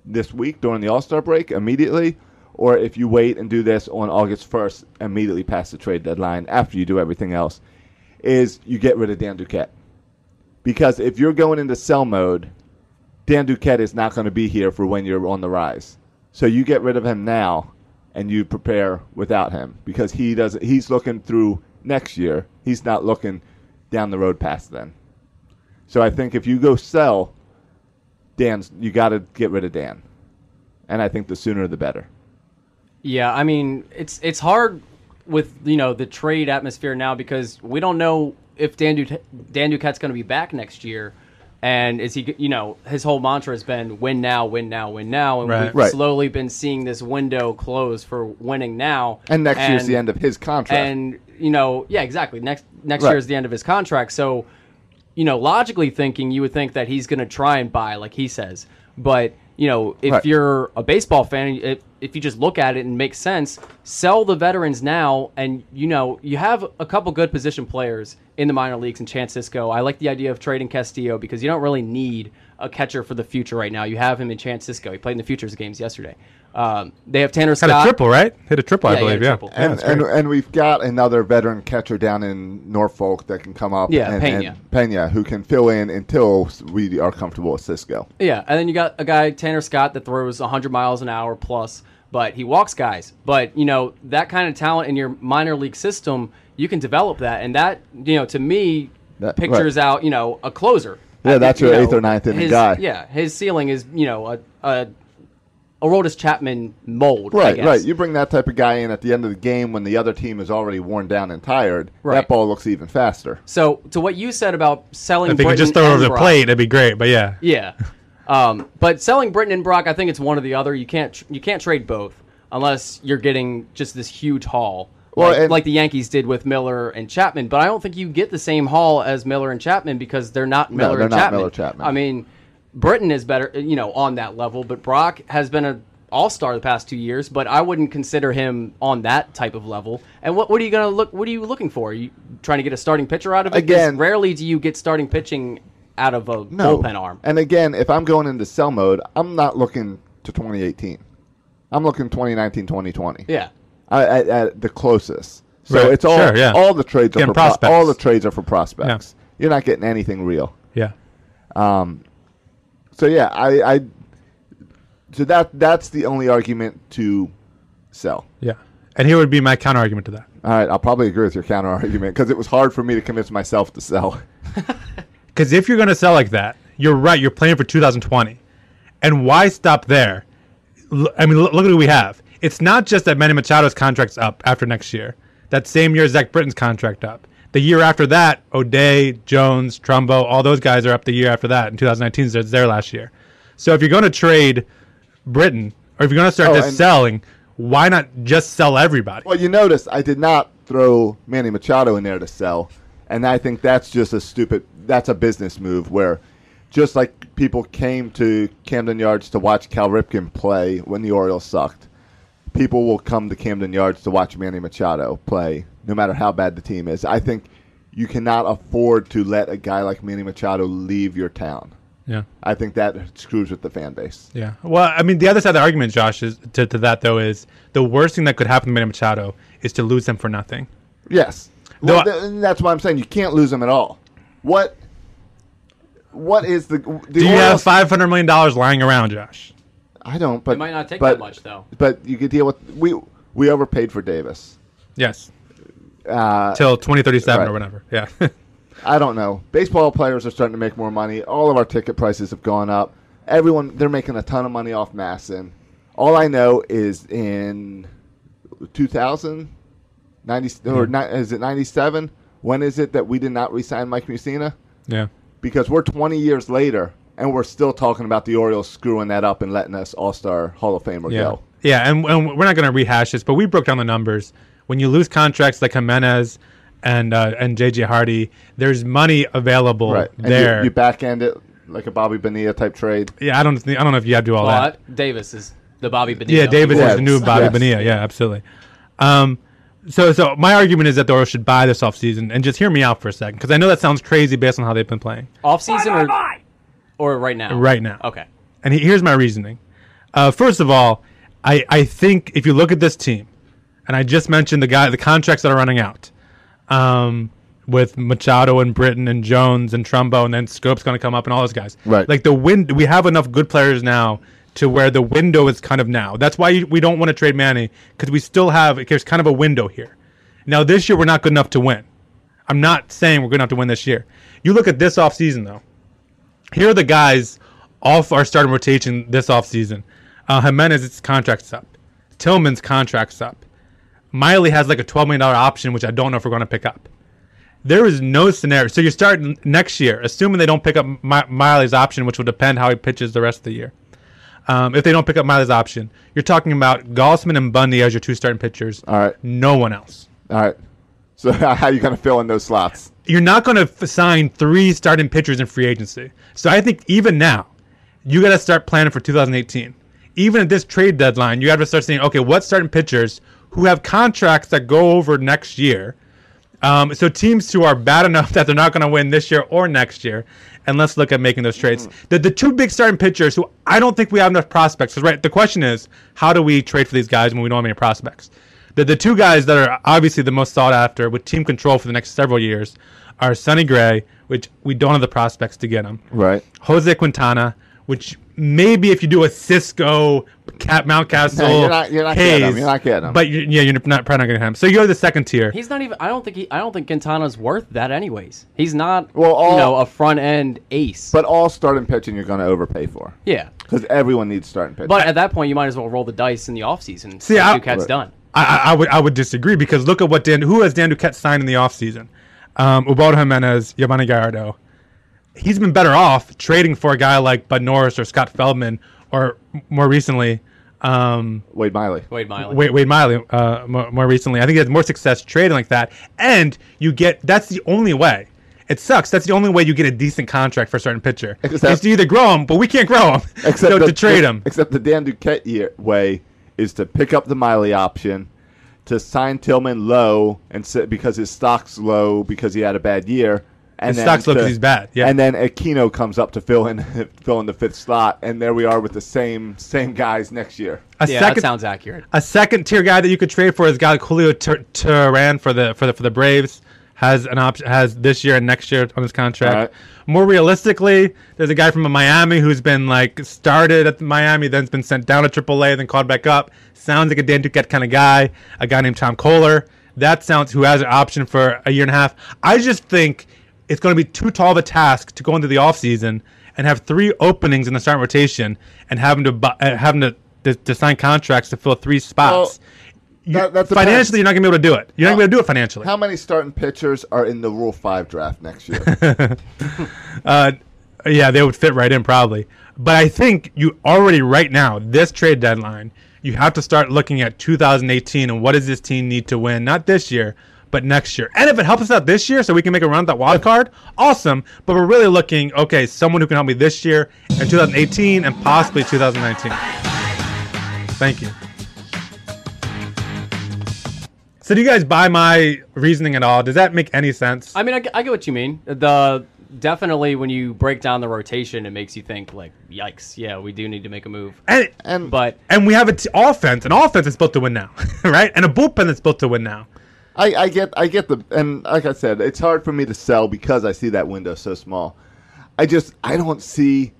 this week during the All Star break immediately, or if you wait and do this on August 1st immediately past the trade deadline after you do everything else, is you get rid of Dan Duquette. Because if you're going into sell mode, Dan Duquette is not going to be here for when you're on the rise. So you get rid of him now, and you prepare without him because he does. not He's looking through next year. He's not looking down the road past then. So I think if you go sell, Dan's you got to get rid of Dan, and I think the sooner the better. Yeah, I mean, it's it's hard with you know the trade atmosphere now because we don't know if Dan, Duque- Dan Duquette's going to be back next year. And is he, you know, his whole mantra has been win now, win now, win now. And Right. we've Right. slowly been seeing this window close for winning now. And next year's the end of his contract. And, you know, yeah, exactly. Next next Right. year is the end of his contract. So, you know, logically thinking, you would think that he's going to try and buy, like he says. But, you know, if Right. you're a baseball fan, if, if you just look at it and make sense, sell the veterans now. And, you know, you have a couple good position players in the minor leagues in Chan Cisco. I like the idea of trading Castillo because you don't really need a catcher for the future right now. You have him in Chan Cisco. He played in the futures games yesterday. Um, they have Tanner Had Scott. a triple, right? Hit a triple, Yeah, I he had a believe. Yeah. triple. Yeah, and, that's and great. and we've got another veteran catcher down in Norfolk that can come up. Yeah, and, Peña. and Pena, who can fill in until we are comfortable with Cisco. Yeah, and then you got a guy Tanner Scott that throws 100 miles an hour plus, but he walks guys. But you know that kind of talent in your minor league system, you can develop that, and that you know to me That- pictures right. out you know a closer. Yeah, I that's think, you your eighth or ninth inning his- guy. Yeah, his ceiling is you know a a Aroldis Chapman mold. I Right, guess. right. You bring that type of guy in at the end of the game when the other team is already worn down and tired. That Right. ball looks even faster. So to what you said about selling, If they could just Britton throw and over the Brock- plate, that'd be great. But yeah, Yeah, um, but selling Britton and Brock, I think it's one or the other. You can't tr- you can't trade both unless you're getting just this huge haul, Well, like, and- like the Yankees did with Miller and Chapman. But I don't think you get the same haul as Miller and Chapman because they're not Miller they're and not Chapman. Miller Chapman. I mean, Britton is better, you know, on that level. But Brock has been a all star the past two years, but I wouldn't consider him on that type of level. And what what are you gonna look? What are you looking for? Are you trying to get a starting pitcher out of it? 'Cause Again- rarely do you get starting pitching out of a bullpen arm. And again, if I'm going into sell mode, I'm not looking to 2018. I'm looking 2019, 2020. Yeah. I, at, at the closest. So Right. it's all Sure, yeah. all the trades are for Getting pro- prospects. all the trades are for prospects. You're not getting anything real. yeah. So yeah, I, I so that that's the only argument to sell. Yeah. And here would be my counter argument to that. All right, I'll probably agree with your counter argument because it was hard for me to convince myself to sell. <laughs> Because if you're going to sell like that, you're right. You're playing for 2020. And why stop there? L- I mean, look, look at who we have. It's not just that Manny Machado's contract's up after next year. That same year, Zach Britton's contract up. The year after that, O'Day, Jones, Trumbo, all those guys are up the year after that. In 2019, they're there last year. So if you're going to trade Britain, or if you're going to start Oh, and- just selling, why not just sell everybody? Well, you notice I did not throw Manny Machado in there to sell, and I think that's just a stupid. That's a business move where, just like people came to Camden Yards to watch Cal Ripken play when the Orioles sucked, people will come to Camden Yards to watch Manny Machado play, no matter how bad the team is. I think you cannot afford to let a guy like Manny Machado leave your town. yeah. I think that screws with the fan base. Yeah. Well, I mean, the other side of the argument, Josh, is to, to that though is the worst thing that could happen to Manny Machado is to lose them for nothing. Yes. No, Well, I- th- and that's why I'm saying you can't lose them at all. What? What is the? the Do you have Orioles- five hundred million dollars lying around, Josh? I don't. But It might not take but, that much, though. But you could deal with we we overpaid for Davis. Yes. Uh, Till twenty thirty seven right. or whatever. Yeah. <laughs> I don't know. Baseball players are starting to make more money. All of our ticket prices have gone up. Everyone they're making a ton of money off Masson. All I know is in 2000, 90, or ni- Mm-hmm. is it 97? When is it that we did not re-sign Mike Mussina? yeah. because we're 20 years later and we're still talking about the Orioles screwing that up and letting us All Star Hall of Famer Yeah. go. Yeah, and, and we're not going to rehash this, but we broke down the numbers. When you lose contracts like Jimenez and uh, and JJ Hardy, there's money available Right and there. You, you back end it like a Bobby Bonilla type trade. yeah, I don't think, I don't know if you have to do all that. But Davis is the Bobby Bonilla. Yeah, Davis Yeah, is the new it's- Bobby yes. Bonilla. Yeah, absolutely. Um, so, so my argument is that the Orioles should buy this offseason and just hear me out for a second because I know that sounds crazy based on how they've been playing Off season or or right now? right now. Okay. And he- here's my reasoning. Uh, first of all, I, I think if you look at this team, and I just mentioned the guy, the contracts that are running out um, with Machado and Britton and Jones and Trumbo, and then Scope's going to come up and all those guys. Right. Like the wind, we have enough good players now to where the window is kind of now. That's why you- we don't want to trade Manny because we still have there's kind of a window here. Now this year we're not good enough to win. I'm not saying we're good enough to win this year. You look at this offseason, though. Here are the guys off our starting rotation this offseason. Uh, Jimenez's contract's up. Tillman's contract's up. Miley has like a $12 million option, which I don't know if we're going to pick up. There is no scenario. So you start n- next year, assuming they don't pick up Mi- Miley's option, which will depend how he pitches the rest of the year. Um, if they don't pick up Miley's option, you're talking about Gossman and Bundy as your two starting pitchers. All right. No one else. All right. So <laughs> how you going to fill in those slots? You're not going to f- sign three starting pitchers in free agency. So I think even now, you got to start planning for 2018. Even at this trade deadline, you got to start saying, okay, what starting pitchers who have contracts that go over next year? Um, so teams who are bad enough <laughs> that they're not going to win this year or next year, and let's look at making those trades. Mm. The, the two big starting pitchers who I don't think we have enough prospects. 'cause, right, the question is, how do we trade for these guys when we don't have any prospects? The the two guys that are obviously the most sought after with team control for the next several years are Sonny Gray, which we don't have the prospects to get him. Right. Jose Quintana, which maybe if you do a Cisco, <laughs> Cat Mountcastle, No, you're not- you're not getting him. Hayes, You're not getting him. But you yeah, you're not probably not going to him. So you're the second tier. He's not even. I don't think he. I don't think Quintana's worth that, anyways. He's not. Well, all- you know, a front end ace. But all starting pitching you're going to overpay for. yeah. Because everyone needs starting pitching. But at that point, you might as well roll the dice in the offseason. See, I- Duke Duquette's done. I, I- I would I would disagree because look at what Dan who has Dan Duquette signed in the offseason? Um Ubaldo Jimenez, Giovanni Gallardo. He's been better off trading for a guy like Bud Norris or Scott Feldman or m- more recently um, Wade Miley. Wade Miley. Wade, Wade Miley uh, more, more recently. I think he has more success trading like that. And you get that's the only way. It sucks. That's the only way you get a decent contract for a certain pitcher. Except- is to either grow him, but we can't grow him. so to trade him. Except the Dan Duquette year, way is to pick up the Miley option, to sign Tillman low, and sit, because his stock's low because he had a bad year. And His then stock's low to- 'cause he's bad, yeah. And then Aquino comes up to fill in <laughs> fill in the fifth slot, and there we are with the same same guys next year. A yeah, second, that sounds accurate. A second tier guy that you could trade for is a guy like Julio Tur- Turan for the for the for the Braves has an option has this year and next year on his contract. Alright. More realistically, there's a guy from Miami who's been like started at Miami, then's been sent down to AAA, then called back up. Sounds like a Dan Duquette kind of guy. A guy named Tom Kohler. That sounds who has an option for a year and a half. I just think it's going to be too tall of a task to go into the offseason and have three openings in the starting rotation and having to bu- uh, having to, to to sign contracts to fill three spots. You- that- that depends. financially, you're not going to be able to do it. You're How- not going to be able to do it financially. How many starting pitchers are in the Rule Five draft next <laughs> year? Uh, yeah, they would fit right in probably. But I think you already right now, this trade deadline, you have to start looking at 2018 and what does this team need to win? Not this year, but next year. And if it helps us out this year, so we can make a run at that wild card, awesome. But we're really looking, okay, someone who can help me this year and 2018 and possibly 2019. Thank you. So do you guys buy my reasoning at all? Does that make any sense? I mean, I, g- I get what you mean. The definitely when you break down the rotation, it makes you think like, yikes, yeah, we do need to make a move. and and But and we have an offense, an offense that's built to win now, <laughs> right? And a bullpen that's built to win now. I, I get I get the and like I said, it's hard for me to sell because I see that window so small. I just I don't see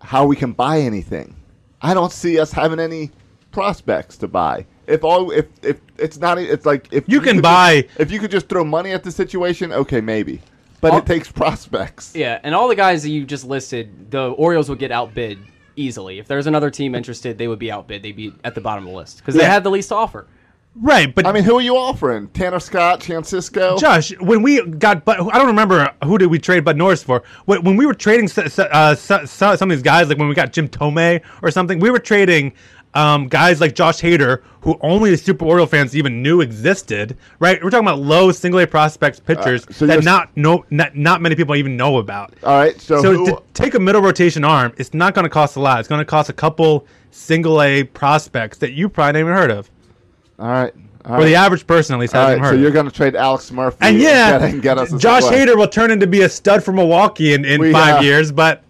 how we can buy anything. I don't see us having any prospects to buy. If all if if it's not it's like if You can could buy- just- if you could just throw money at the situation, okay, maybe. But All- it takes prospects. yeah, and all the guys that you just listed, the Orioles would get outbid easily. If there's another team interested, they would be outbid. They'd be at the bottom of the list because they Yeah. had the least to offer. Right, but I mean, who are you offering? Tanner Scott, Chancisco? Josh, when we got, but I don't remember who did we trade Bud Norris for. When, when we were trading so, so, uh, so, so, some of these guys, like when we got Jim Tomei or something, we were trading um, guys like Josh Hader, who only the Super Oriole fans even knew existed. Right, we're talking about low single A prospects pitchers Uh, so you're- that not no not, not many people even know about. All right, so, So who, to take a middle rotation arm, it's not going to cost a lot. It's going to cost a couple single A prospects that you probably haven't even heard of, all right. All or the right. average person at least All hasn't right, so heard. you're of. going to trade Alex Murphy And yeah, get, and <laughs> get us a Josh supply. Hader will turn into be a stud for Milwaukee in, in We, five uh, years, but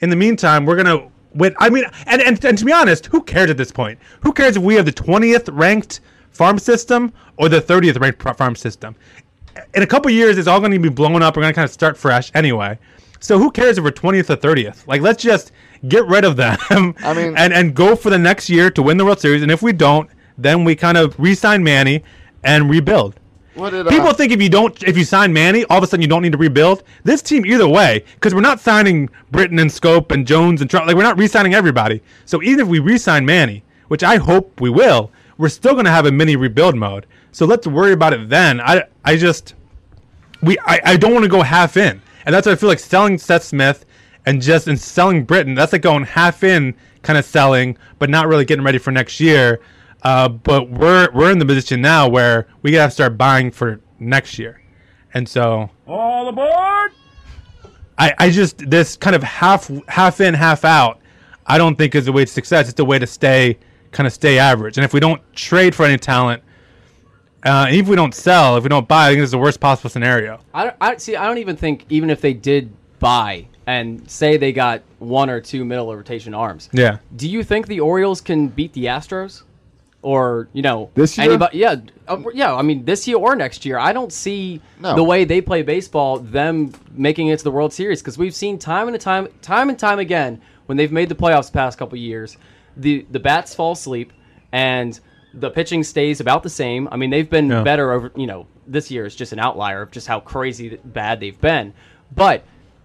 in the meantime, we're going to win. I mean, and, and and to be honest, who cares at this point? Who cares if we have the twentieth ranked farm system or the thirtieth ranked pro- farm system? In a couple years, it's all going to be blown up. We're going to kind of start fresh anyway. So who cares if we're twentieth or thirtieth? Like, let's just get rid of them. I mean- <laughs> and and go for the next year to win the World Series. And if we don't, then we kind of re-sign Manny and rebuild. What did, uh, People think if you don't, if you sign Manny, all of a sudden you don't need to rebuild this team either way, because we're not signing Britton and Scope and Jones and Trout. Like we're not re-signing everybody. So even if we re-sign Manny, which I hope we will, we're still going to have a mini rebuild mode. So let's worry about it then. I I just we I, I don't want to go half in, and that's what I feel like selling Seth Smith and just and selling Britain. That's like going half in kind of selling, but not really getting ready for next year. Uh, but we're we're in the position now where we gotta start buying for next year, and so All aboard! I, I just this kind of half half in half out I don't think is a way to success. It's a way to stay kind of stay average. And if we don't trade for any talent, uh, and if we don't sell, if we don't buy, I think this is the worst possible scenario. I don't, I see. I don't even think even if they did buy and say they got one or two middle rotation arms. Yeah. Do you think the Orioles can beat the Astros? Or you know This year? Anybody, yeah, uh, yeah. I mean, this year or next year, I don't see No. the way they play baseball them making it to the World Series because we've seen time and time, time and time again when they've made the playoffs the past couple years, the the bats fall asleep and the pitching stays about the same. I mean, they've been Yeah. better over. You know, this year is just an outlier of just how crazy th- bad they've been, but.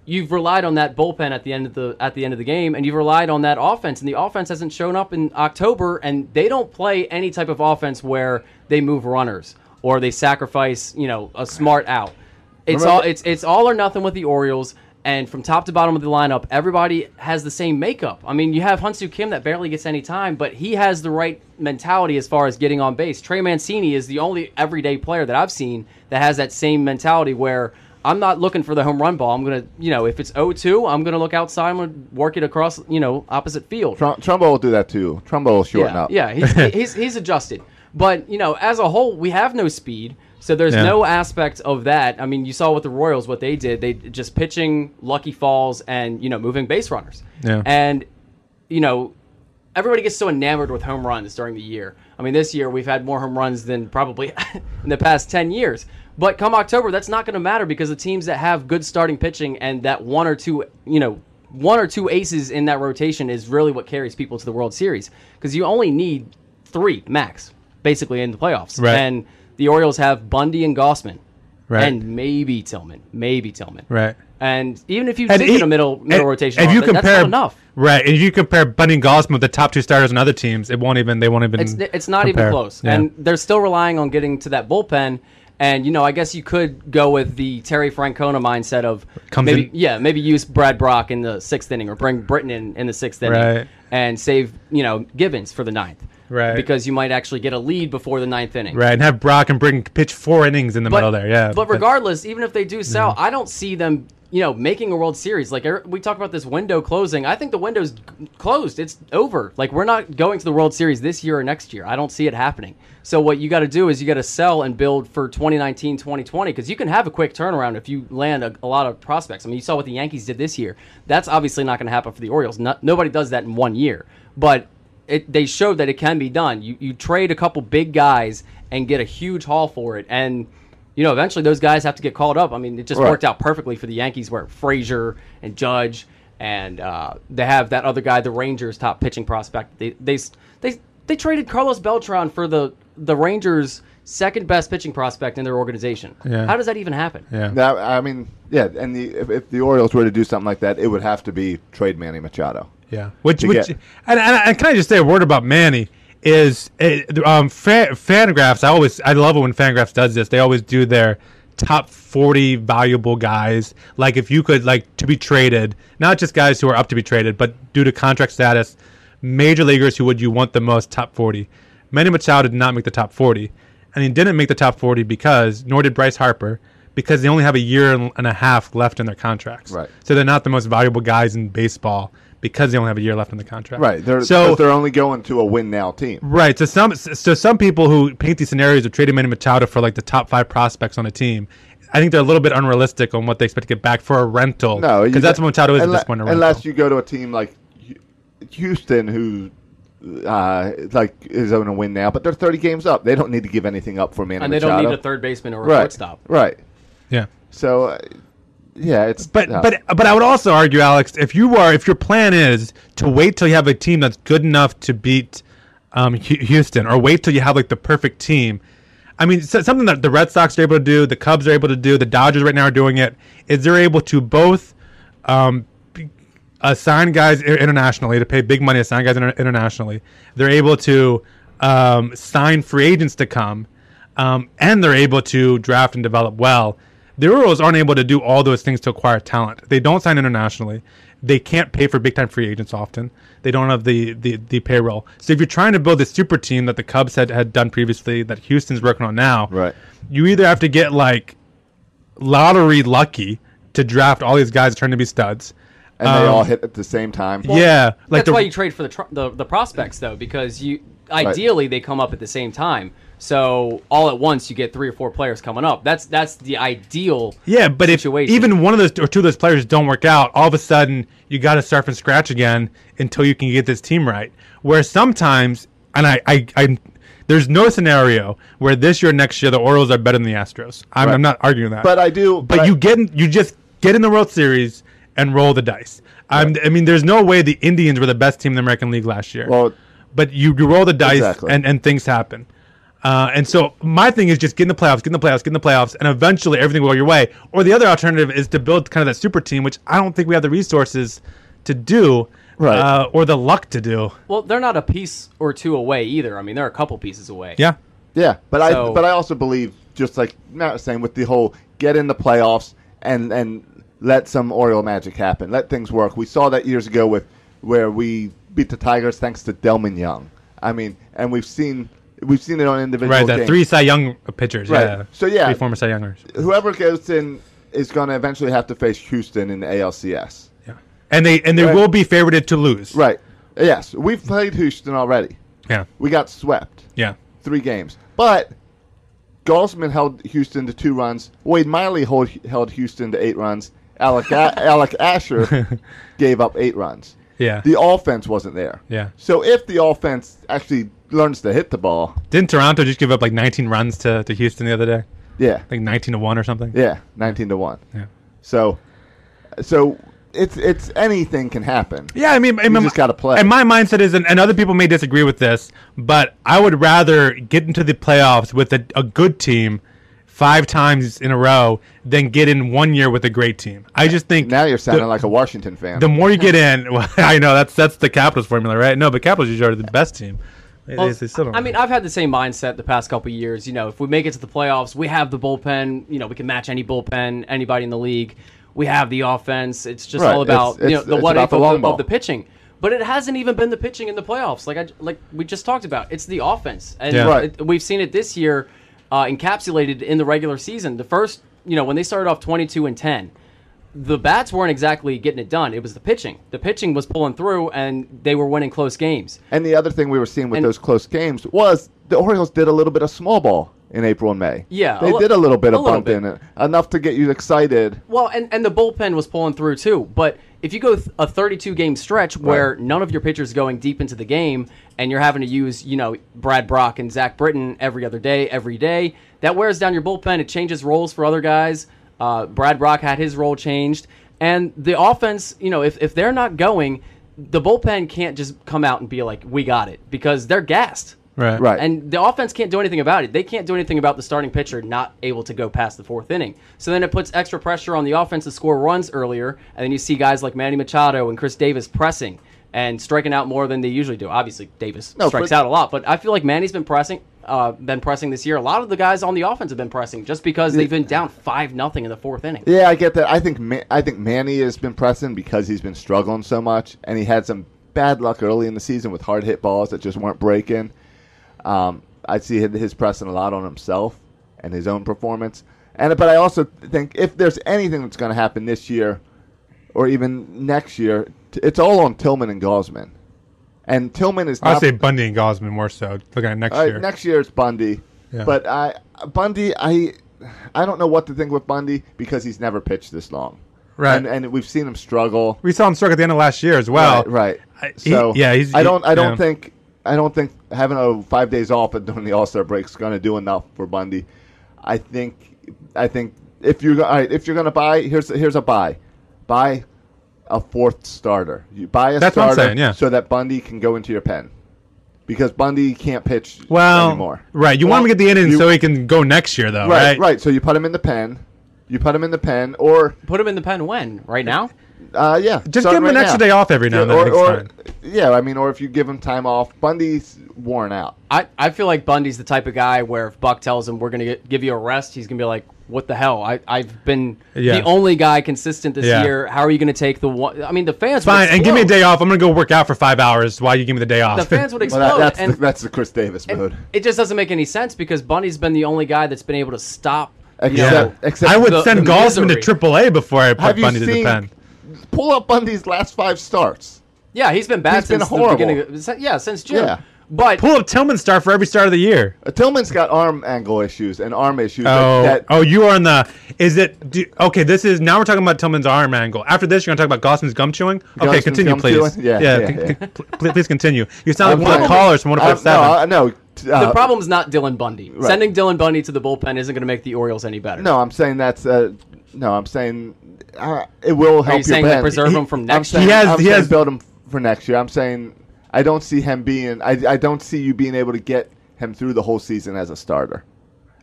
You've relied on that bullpen at the end of the at the end of the game, and you've relied on that offense, and the offense hasn't shown up in October, and they don't play any type of offense where they move runners or they sacrifice, you know, a smart out. It's all it's it's all or nothing with the Orioles, and from top to bottom of the lineup, everybody has the same makeup. I mean, you have Hunsu Kim that barely gets any time, but he has the right mentality as far as getting on base. Trey Mancini is the only everyday player that I've seen that has that same mentality where I'm not looking for the home run ball. I'm gonna, you know, if it's 0-2, I'm gonna look outside. I'm gonna work it across, you know, opposite field. Trum- Trumbo will do that too. Trumbo will shorten yeah, up. Yeah, <laughs> he's, he's, he's adjusted. But, you know, as a whole, we have no speed. So there's Yeah. no aspect of that. I mean, you saw with the Royals what they did. They just pitching, lucky falls, and, you know, moving base runners. Yeah. And, you know, everybody gets so enamored with home runs during the year. I mean, this year we've had more home runs than probably <laughs> in the past 10 years. But come October, that's not going to matter because the teams that have good starting pitching and that one or two, you know, one or two aces in that rotation is really what carries people to the World Series because you only need three max basically in the playoffs. Right. And the Orioles have Bundy and Gossman. Right. And maybe Tillman, maybe Tillman. Right. And even if you And take e- in a middle middle and rotation, arm, that- that's not enough. right, and if you compare Bunny and Gossman with the top two starters on other teams, it won't even they won't even. It's it's not compare. even close, Yeah. and they're still relying on getting to that bullpen. And you know, I guess you could go with the Terry Francona mindset of Comes maybe in- yeah, maybe use Brad Brock in the sixth inning or bring Britain in in the sixth inning Right. and save you know Gibbons for the ninth, Right. Because you might actually get a lead before the ninth inning, right, and have Brock and Britain pitch four innings in the middle there. Yeah, but regardless, even if they do sell, I don't see them, you know, making a World Series. Like er- we talk about this window closing. I think the window's g- closed. It's over. Like we're not going to the World Series this year or next year. I don't see it happening. So what you got to do is you got to sell and build for 2019, 2020 because you can have a quick turnaround if you land a, a lot of prospects. I mean, you saw what the Yankees did this year. That's obviously not going to happen for the Orioles. No, nobody does that in one year. But it, they showed that it can be done. You you trade a couple big guys and get a huge haul for it, and you know eventually those guys have to get called up. I mean, it just Right. worked out perfectly for the Yankees, where Frazier and Judge, and uh, they have that other guy, the Rangers' top pitching prospect. They they they they traded Carlos Beltran for the the Rangers' second best pitching prospect in their organization. Yeah. How does that even happen? yeah, That, I mean, yeah, and the, if, if the Orioles were to do something like that, it would have to be trade Manny Machado. Yeah, which to which get- and, and, and can I just say a word about Manny? Is it, um, fan, Fangraphs? I always I love it when Fangraphs does this. They always do their top forty valuable guys. Like if you could like to be traded, not just guys who are up to be traded, but due to contract status, major leaguers who would you want the most top forty? Manny Machado did not make the top forty, and he didn't make the top forty because nor did Bryce Harper because they only have a year and and a half left in their contracts. Right. So they're not the most valuable guys in baseball because they only have a year left on the contract. Right. They're, so but they're only going to a win now team. right. So some so some people who paint these scenarios of trading Manny Machado for like the top five prospects on a team, I think they're a little bit unrealistic on what they expect to get back for a rental. No, you because that's got- what Machado is at unle- this point. a rental. Unless you go to a team like Hu- Houston, who uh, like is on a win now, but they're 30 games up. They don't need to give anything up for Manny And they Machado. don't need a third baseman or a right. shortstop. Right. yeah. So, uh, yeah, it's But no. but but I would also argue, Alex, if you are if your plan is to wait till you have a team that's good enough to beat um, Hu- Houston, or wait till you have like the perfect team. I mean, so, something that the Red Sox are able to do, the Cubs are able to do, the Dodgers right now are doing it. Is they're able to both um, b- assign guys i- internationally to pay big money, assign guys inter- internationally. They're able to um, sign free agents to come, um, and they're able to draft and develop well. the Orioles aren't able to do all those things to acquire talent. They don't sign internationally. They can't pay for big time free agents often. They don't have the, the, the payroll. So if you're trying to build the super team that the Cubs had, had done previously, that Houston's working on now, Right. you either have to get like lottery lucky to draft all these guys that turn to be studs. and they Um, all hit at the same time. yeah, like That's why you trade for the, tr- the the prospects though, because you ideally they come up at the same time. So all at once you get three or four players coming up. That's that's the ideal. Yeah, but situation. if even one of those or two of those players don't work out, all of a sudden you got to start from scratch again until you can get this team right. Where sometimes, and I, I, I there's no scenario where this year, next year, the Orioles are better than the Astros. I'm, I'm not arguing that. But I do- But, but- you get, in, you just get in the World Series and roll the dice. I'm, I mean, there's no way the Indians were the best team in the American League last year. Well- but you, you roll the dice Exactly. and, and things happen. Uh, and so my thing is just get in the playoffs, get in the playoffs, get in the playoffs, and eventually everything will go your way. Or the other alternative is to build kind of that super team, which I don't think we have the resources to do, Right. uh, or the luck to do. Well, they're not a piece or two away either. I mean, they're a couple pieces away. Yeah, Yeah, but I So- but I also believe just like Matt was saying with the whole get in the playoffs and and let some Oriole magic happen, let things work. We saw that years ago with where we beat the Tigers thanks to Delman Young. I mean, and we've seen we've seen it on individual right. That games. three Cy Young uh, pitchers. Right. Yeah. So, yeah. three former Cy Youngers. Whoever goes in is going to eventually have to face Houston in the ALCS. Yeah, and they and they Right. will be favored to lose. Right. Yes, we've played Houston already. Yeah. We got swept. Yeah. three games. But Gosman held Houston to two runs. Wade Miley hold, held Houston to eight runs. Alec, <laughs> a- Alec Asher gave up eight runs. Yeah. The offense wasn't there. Yeah. So if the offense actually learns to hit the ball, Didn't Toronto just give up like 19 runs to, to Houston the other day? yeah. Like 19 to one or something. Yeah, 19 to 1. Yeah. So so it's it's anything can happen. Yeah, I mean, I You mean, just gotta play. And my mindset is, and, and other people may disagree with this, but I would rather get into the playoffs with a, a good team five times in a row than get in one year with a great team. I just think Now you're sounding the, like a Washington fan. the more you get in. <laughs> Well, I know that's that's the Capitals formula, right? No, but Capitals usually are the best team. They- Well, they- they still don't I mean, I've had the same mindset the past couple of years. You know, if we make it to the playoffs, we have the bullpen. You know, we can match any bullpen, anybody in the league. We have the offense. It's just Right. all It's- about you know it's- the it's what about if the of, long the- ball. of the pitching. But it hasn't even been the pitching in the playoffs, like I j- like we just talked about. It's the offense, and Yeah. Right. it- we've seen it this year, uh, encapsulated in the regular season. The first, you know, when they started off twenty-two and ten, the bats weren't exactly getting it done. It was the pitching. The pitching was pulling through, and they were winning close games. and the other thing we were seeing with And- those close games was the Orioles did a little bit of small ball in April and May. Yeah, They a li- did a little bit a of little bunt in it, enough to get you excited. Well, and, and the bullpen was pulling through too. But if you go th- a 32 game stretch where Right. none of your pitchers going deep into the game and you're having to use, you know, Brad Brock and Zach Britton every other day, every day, that wears down your bullpen. It changes roles for other guys. Uh, Brad Brock had his role changed. And the offense, you know, if, if they're not going, the bullpen can't just come out and be like, we got it because they're gassed. right, Right. And the offense can't do anything about it. They can't do anything about the starting pitcher not able to go past the fourth inning. So then it puts extra pressure on the offense to score runs earlier, and then you see guys like Manny Machado and Chris Davis pressing and striking out more than they usually do. Obviously, Davis No, strikes but- out a lot, but I feel like Manny's been pressing, uh, been pressing this year. A lot of the guys on the offense have been pressing just because they've been down five nothing in the fourth inning. Yeah, I get that. I think Ma- I think Manny has been pressing because he's been struggling so much, and he had some bad luck early in the season with hard hit balls that just weren't breaking. Um, I see his- his pressing a lot on himself and his own performance, and but I also think if there's anything that's going to happen this year, or even next year, t- it's all on Tillman and Gosman, and Tillman is. I'll not- say Bundy and Gosman more so. Looking at next all right, year. next year it's Bundy, Yeah. but I Bundy I I don't know what to think with Bundy because he's never pitched this long, Right. And, and we've seen him struggle. we saw him struggle at the end of last year as well. right. I- right. he- so yeah, he's- I don't. he- I don't yeah. think. I don't think having a five days off and doing the All Star break is going to do enough for Bundy. I think. I think if you're all right, if you're going to buy, here's here's a buy, buy a fourth starter. You buy a That's what I'm starter saying, yeah. so that Bundy can go into your pen. Because Bundy can't pitch Well, anymore. right. You want him to get the innings you- so he can go next year, though, right? right, right. So you put him in the pen. You put him in the pen, or Put him in the pen when? Right now? Uh, yeah. Just start give him an right extra now. day off every now and then, I Or, think it's or- fine. yeah, I mean, or if you give him time off, Bundy's worn out. I, I feel like Bundy's the type of guy where if Buck tells him we're gonna get, give you a rest, he's gonna be like, "What the hell? I I've been Yeah. the only guy consistent this Yeah. year. How are you gonna take the one? I mean, the fans would Fine, and give me a explode. day off. I'm gonna go work out for five hours while you give me the day off. The <laughs> fans would Well, explode, that, that's Oh, and the, that's the Chris Davis mode. it just doesn't make any sense because Bundy's been the only guy that's been able to stop. you know, Except, except I would the- send the Gosman to misery. AAA before I Have put you Bundy to the seen- pen. pull up Bundy's last five starts. yeah, he's been bad He's been since horrible. the beginning. Of, si- yeah, since June. Yeah. But Pull up Tillman star for every start of the year. Uh, Tillman's got arm angle issues and arm issues. Oh, that, that- oh, you are in the. Is it do, okay? This is now we're talking about Tillman's arm angle. After this, you're gonna talk about Gossman's gum chewing. Okay, Gossman's continue, gum please. chewing? Yeah, yeah, con- yeah. con- pl- please continue. You sound I'm like one of the not- callers from one I- five seven. No, I- no, t- the uh, problem's not Dylan Bundy. Sending Dylan Bundy to the bullpen isn't gonna make the Orioles any better. no, I'm saying that's. Uh, no, I'm saying uh, it will help are you your saying like band. preserve He- him from I'm next saying, year? He has- I'm he saying has- build him for next year. I'm saying I don't see him being. I, I don't see you being able to get him through the whole season as a starter.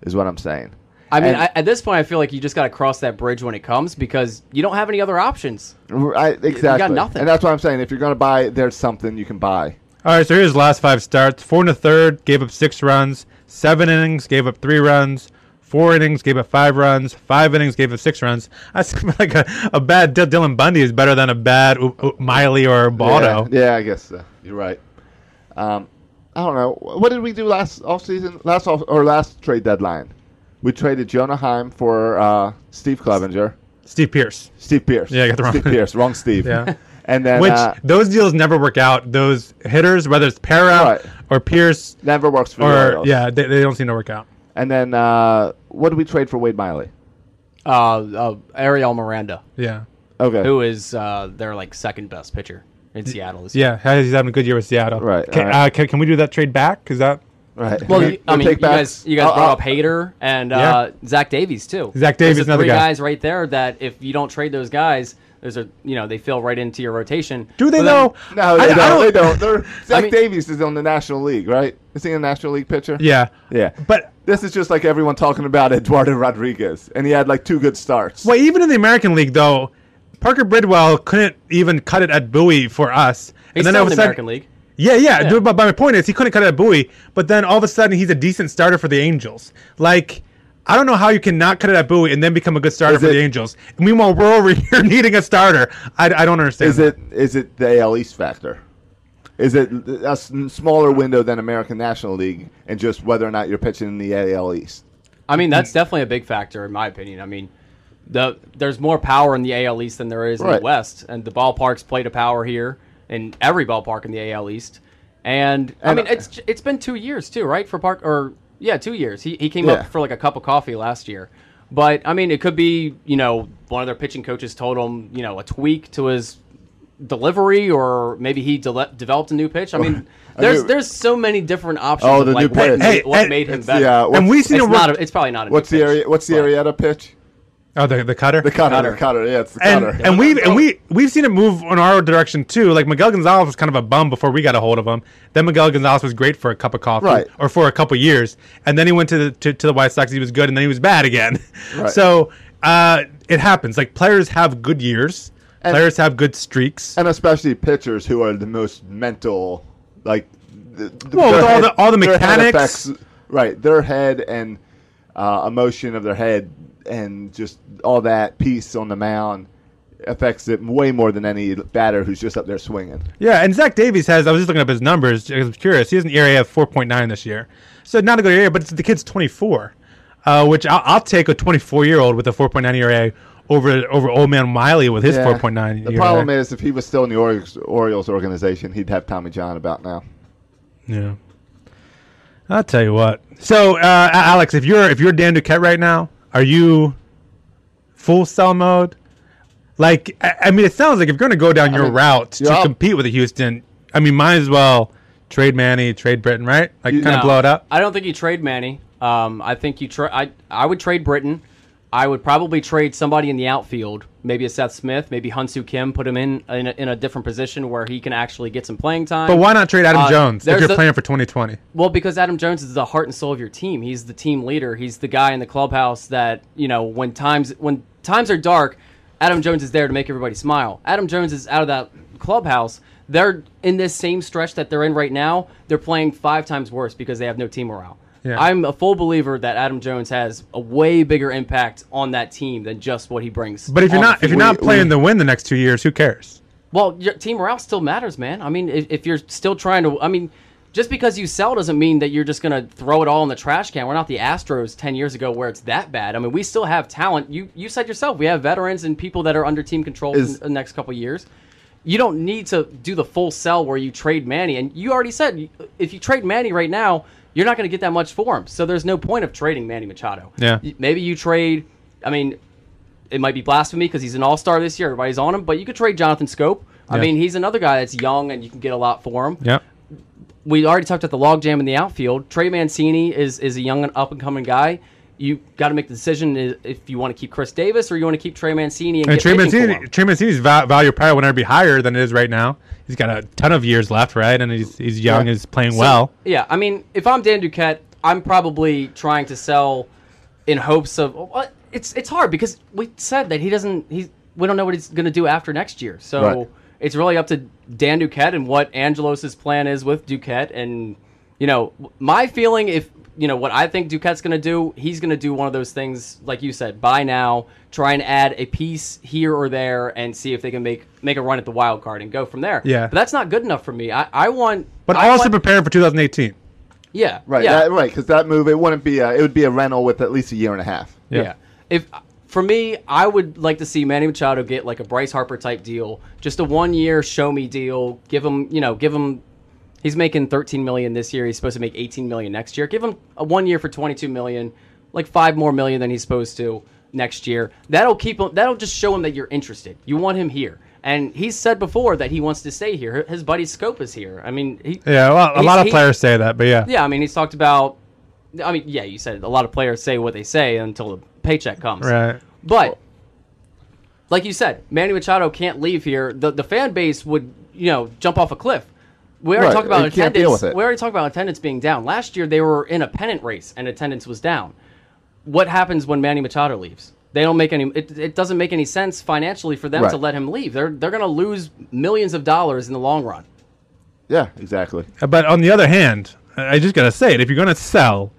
Is what I'm saying. I mean, And- I, at this point, I feel like you just got to cross that bridge when it comes because you don't have any other options. Right, exactly. nothing. And that's what I'm saying. If you're going to buy, there's something you can buy. All right, so here's his last five starts. Four and a third, gave up six runs. Seven innings, gave up three runs. Four innings, gave up five runs. Five innings, gave up six runs. <laughs> I feel like a, a bad D- Dylan Bundy is better than a bad U- U- Miley or Baldo. Yeah, yeah, I guess so. you're right. Um, I don't know. Wh- What did we do last offseason? Last off or last trade deadline? We traded Jonah Heim for uh, Steve Clevenger, Steve Pierce. Steve Pierce. Yeah, I got the wrong- Steve Pierce, wrong Steve. Yeah. <laughs> and then Which uh, those deals never work out. Those hitters, whether it's Para Right. or Pierce never works for the or Orioles. yeah, they, they don't seem to work out. And then uh, what did we trade for Wade Miley? Uh, uh, Ariel Miranda, Yeah. Okay, who is uh, their like second best pitcher in Seattle. This year. Yeah, he's having a good year with Seattle. Right, Can, all right. Uh, can, can we do that trade back? Is that right? <laughs> Well, The- you, I the mean, you takebacks? guys, you guys I'll- brought I'll- up Hayter and uh, Zach Davies too. Zach Davies, Those are another three guy. guys right there that if you don't trade those guys, those are you know they fill right into your rotation. do they But then- know? No, they I- I don't. don't- They <laughs> don't. They're, Zach mean- Davies is on the National League, right? Is he a National League pitcher? Yeah. Yeah. But This is just like everyone talking about Eduardo Rodriguez, and he had like two good starts. Well, even in the American League, though, Parker Bridwell couldn't even cut it at Bowie for us. He's all still in of the a sudden- American League. Yeah, yeah. dude, But, but my point is, he couldn't cut it at Bowie, but then all of a sudden, he's a decent starter for the Angels. Like, I don't know how you can not cut it at Bowie and then become a good starter Is for it- the Angels. Meanwhile, we're over <laughs> here needing a starter. I, I don't understand. Is it is it the AL East factor? Is it a s- smaller window than American National League, and just whether or not you're pitching in the AL East? I mean, Mm-hmm. that's definitely a big factor in my opinion. I mean, the there's more power in the AL East than there is in Right. the West, and the ballparks play to power here in every ballpark in the AL East. And, I And- mean, it's it's been two years too, right? For Park or yeah, two years. He he came Yeah. up for like a cup of coffee last year. But I mean, it could be you know one of their pitching coaches told him you know a tweak to his delivery, or maybe he dele- developed a new pitch. <laughs> I mean, there's new- there's so many different options. Oh, of the like new what, pitch. made- Hey, what and- made him It's the, better? uh, And what's- we've seen it's him. not. A, it's probably not. A new What's the pitch. area? What's the Arietta pitch? oh, the, the cutter? The cutter, Cutter. the cutter. Yeah, it's the and, cutter. and we've and we we've seen it move on our direction too. Like Miguel Gonzalez was kind of a bum before we got a hold of him. Then Miguel Gonzalez was great for a cup of coffee, Right. or for a couple years, and then he went to the to, to the White Sox. He was good, and then he was bad again. <laughs> So uh, it happens. Like players have good years, And- players have good streaks. and especially pitchers who are the most mental, like the, Well, with their all the- all the their head mechanics. effects- right? Their head and uh, emotion of their head and just all that piece on the mound affects it way more than any batter who's just up there swinging. Yeah, and Zach Davies has. I was just looking up his numbers. I was curious. He has an ERA of four point nine this year, so not a good area. But the kid's twenty four, uh, which I'll, I'll take a twenty four year old with a four point nine ERA over over old man Miley with his Yeah. four point nine. E The problem is, if he was still in the Orioles, Orioles organization, he'd have Tommy John about now. yeah. I'll tell you what. So, uh, A- Alex, if you're if you're Dan Duquette right now, are you full sell mode? Like, I, I mean, it sounds like if you're going to go down your mean, route to you're up. compete with the Houston, I mean, might as well trade Manny, trade Britain, right? Like, kind of No. blow it up. I don't think you trade Manny. Um, I think you trade. I I would trade Britain. I would probably trade somebody in the outfield, maybe a Seth Smith, maybe Hunsu Kim, put him in in a, in a different position where he can actually get some playing time. But why not trade Adam Uh, Jones if there's you're the- playing for 2020? Well, because Adam Jones is the heart and soul of your team. He's the team leader. He's the guy in the clubhouse that you know when times when times are dark. Adam Jones is there to make everybody smile. Adam Jones is out of that clubhouse. They're in this same stretch that they're in right now. They're playing five times worse because they have no team morale. Yeah. I'm a full believer that Adam Jones has a way bigger impact on that team than just what he brings. But if you're on the not if you're field. not playing to win the next two years, who cares? Well, your team morale still matters, man. I mean, if, if you're still trying to, I mean, just because you sell doesn't mean that you're just going to throw it all in the trash can. We're not the Astros 10 years ago where it's that bad. I mean, we still have talent. You you said yourself, we have veterans and people that are under team control Is- in the next couple years. You don't need to do the full sell where you trade Manny. And you already said you- if you trade Manny right now, you're not going to get that much for him. So there's no point of trading Manny Machado. Yeah. Y- Maybe you trade, I mean, it might be blasphemy because he's an all star this year. Everybody's on him, but you could trade Jonathan Scope. I Yeah. mean, he's another guy that's young and you can get a lot for him. Yeah. We already talked about the logjam in the outfield. Trey Mancini is is a young and up and coming guy. You got to make the decision i- if you want to keep Chris Davis or you want to keep Trey Mancini and, And get Trey pitching for Mancini, him. Trey Mancini's va- value probably will never be higher than it is right now. He's got a ton of years left, right? And he's he's young, he's playing well. Yeah, I mean, if I'm Dan Duquette, I'm probably trying to sell in hopes of. well, It's it's hard because we said that he doesn't. He we don't know what he's going to do after next year. So Right. it's really up to Dan Duquette and what Angelos' plan is with Duquette. And you know, my feeling if you know what I think Duquette's going to do, he's going to do one of those things like you said. Buy now, try and add a piece here or there, and see if they can make make a run at the wild card and go from there. Yeah. but that's not good enough for me. I I want. But I also want- preparing for 2018. yeah. Right, Yeah. that, right, because that move it wouldn't be a, it would be a rental with at least a year and a half. yeah. If for me, I would like to see Manny Machado get like a Bryce Harper type deal, just a one year show me deal. Give him, you know, give him. He's making 13 million this year. He's supposed to make 18 million next year. Give him a one year for 22 million, like five more million than he's supposed to next year. That'll keep him. That'll just show him that you're interested. You want him here. And he's said before that he wants to stay here. His buddy Scope is here. I mean, he, Yeah, well, a he's- lot of he- players say that, but yeah. yeah, I mean, he's talked about. I mean, yeah, you said a lot of players say what they say until the paycheck comes. Right. But like you said, Manny Machado can't leave here. The the fan base would you know jump off a cliff. We already Right, talked about you can't deal attendance. with it. We already talked about attendance being down. Last year they were in a pennant race and attendance was down. What happens when Manny Machado leaves? They don't make any. It, it doesn't make any sense financially for them Right. to let him leave. They're they're going to lose millions of dollars in the long run. Yeah, exactly. But on the other hand, I I just gotta say it: if you're gonna sell,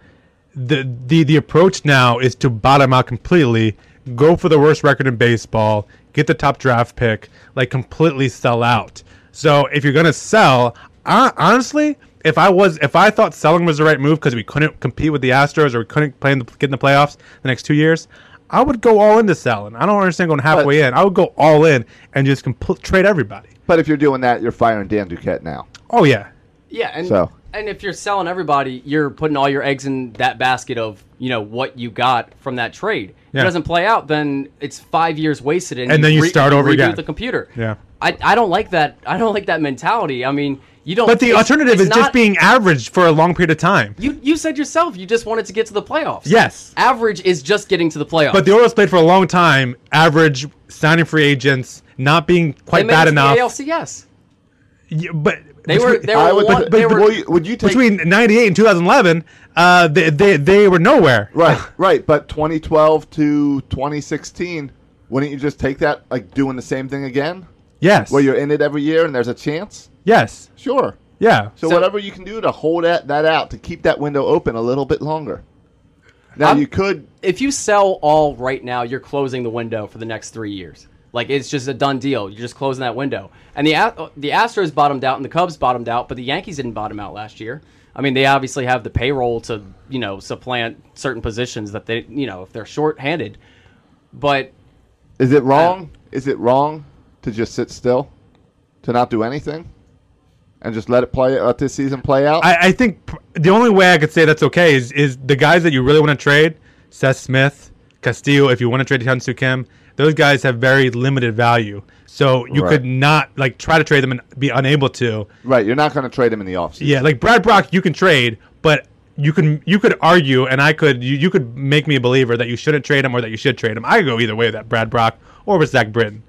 the the the approach now is to bottom out completely, go for the worst record in baseball, get the top draft pick, like completely sell out. So if you're gonna sell, hon- honestly, if I was if I thought selling was the right move because we couldn't compete with the Astros or we couldn't play in the, get in the playoffs the next two years. I would go all into selling. I don't understand going halfway in. I would go all in and just compl- trade everybody. But if you're doing that, you're firing Dan Duquette now. Oh yeah, Yeah, and So. and if you're selling everybody, you're putting all your eggs in that basket of you know what you got from that trade. If Yeah. it doesn't play out, then it's five years wasted, and, And then you start over reboot again. The computer. Yeah. I, I don't like that. I don't like that mentality. I mean, you don't. But the it's- alternative it's is just not- being average for a long period of time. You you said yourself you just wanted to get to the playoffs. Yes. Average is just getting to the playoffs. But the Orioles played for a long time, average, signing free agents, not being they quite made it bad to the enough. ALCS. Yeah, but They were between- they were, I would- one, but- they but were will you- would you take- between '98 and 2011, uh, they, they they were nowhere. Right, right. But 2012 to 2016, wouldn't you just take that like doing the same thing again, Yes. where you're in it every year and there's a chance? yes. Sure. Yeah. So, So- whatever you can do to hold that, that out to keep that window open a little bit longer. Now I'm- you could if you sell all right now, you're closing the window for the next three years. Like it's just a done deal. You're just closing that window. And the A- the Astros bottomed out, and the Cubs bottomed out, but the Yankees didn't bottom out last year. I mean, they obviously have the payroll to you know supplant certain positions that they you know if they're short-handed. But Is Uh, it wrong? Is it wrong to just sit still, to not do anything, and just let it play? Let this season play out. I, I think pr- the only way I could say that's okay is is the guys that you really want to trade, Seth Smith, Castillo. If you want to trade Hyunsu Kim, those guys have very limited value. So you Right. could not like try to trade them and be unable to. right, you're not going to trade him in the offseason. Yeah, like Brad Brock, you can trade, but you can you could argue, and I could you, you could make me a believer that you shouldn't trade him or that you should trade him. I could go either way with that Brad Brock or with Zach Britton.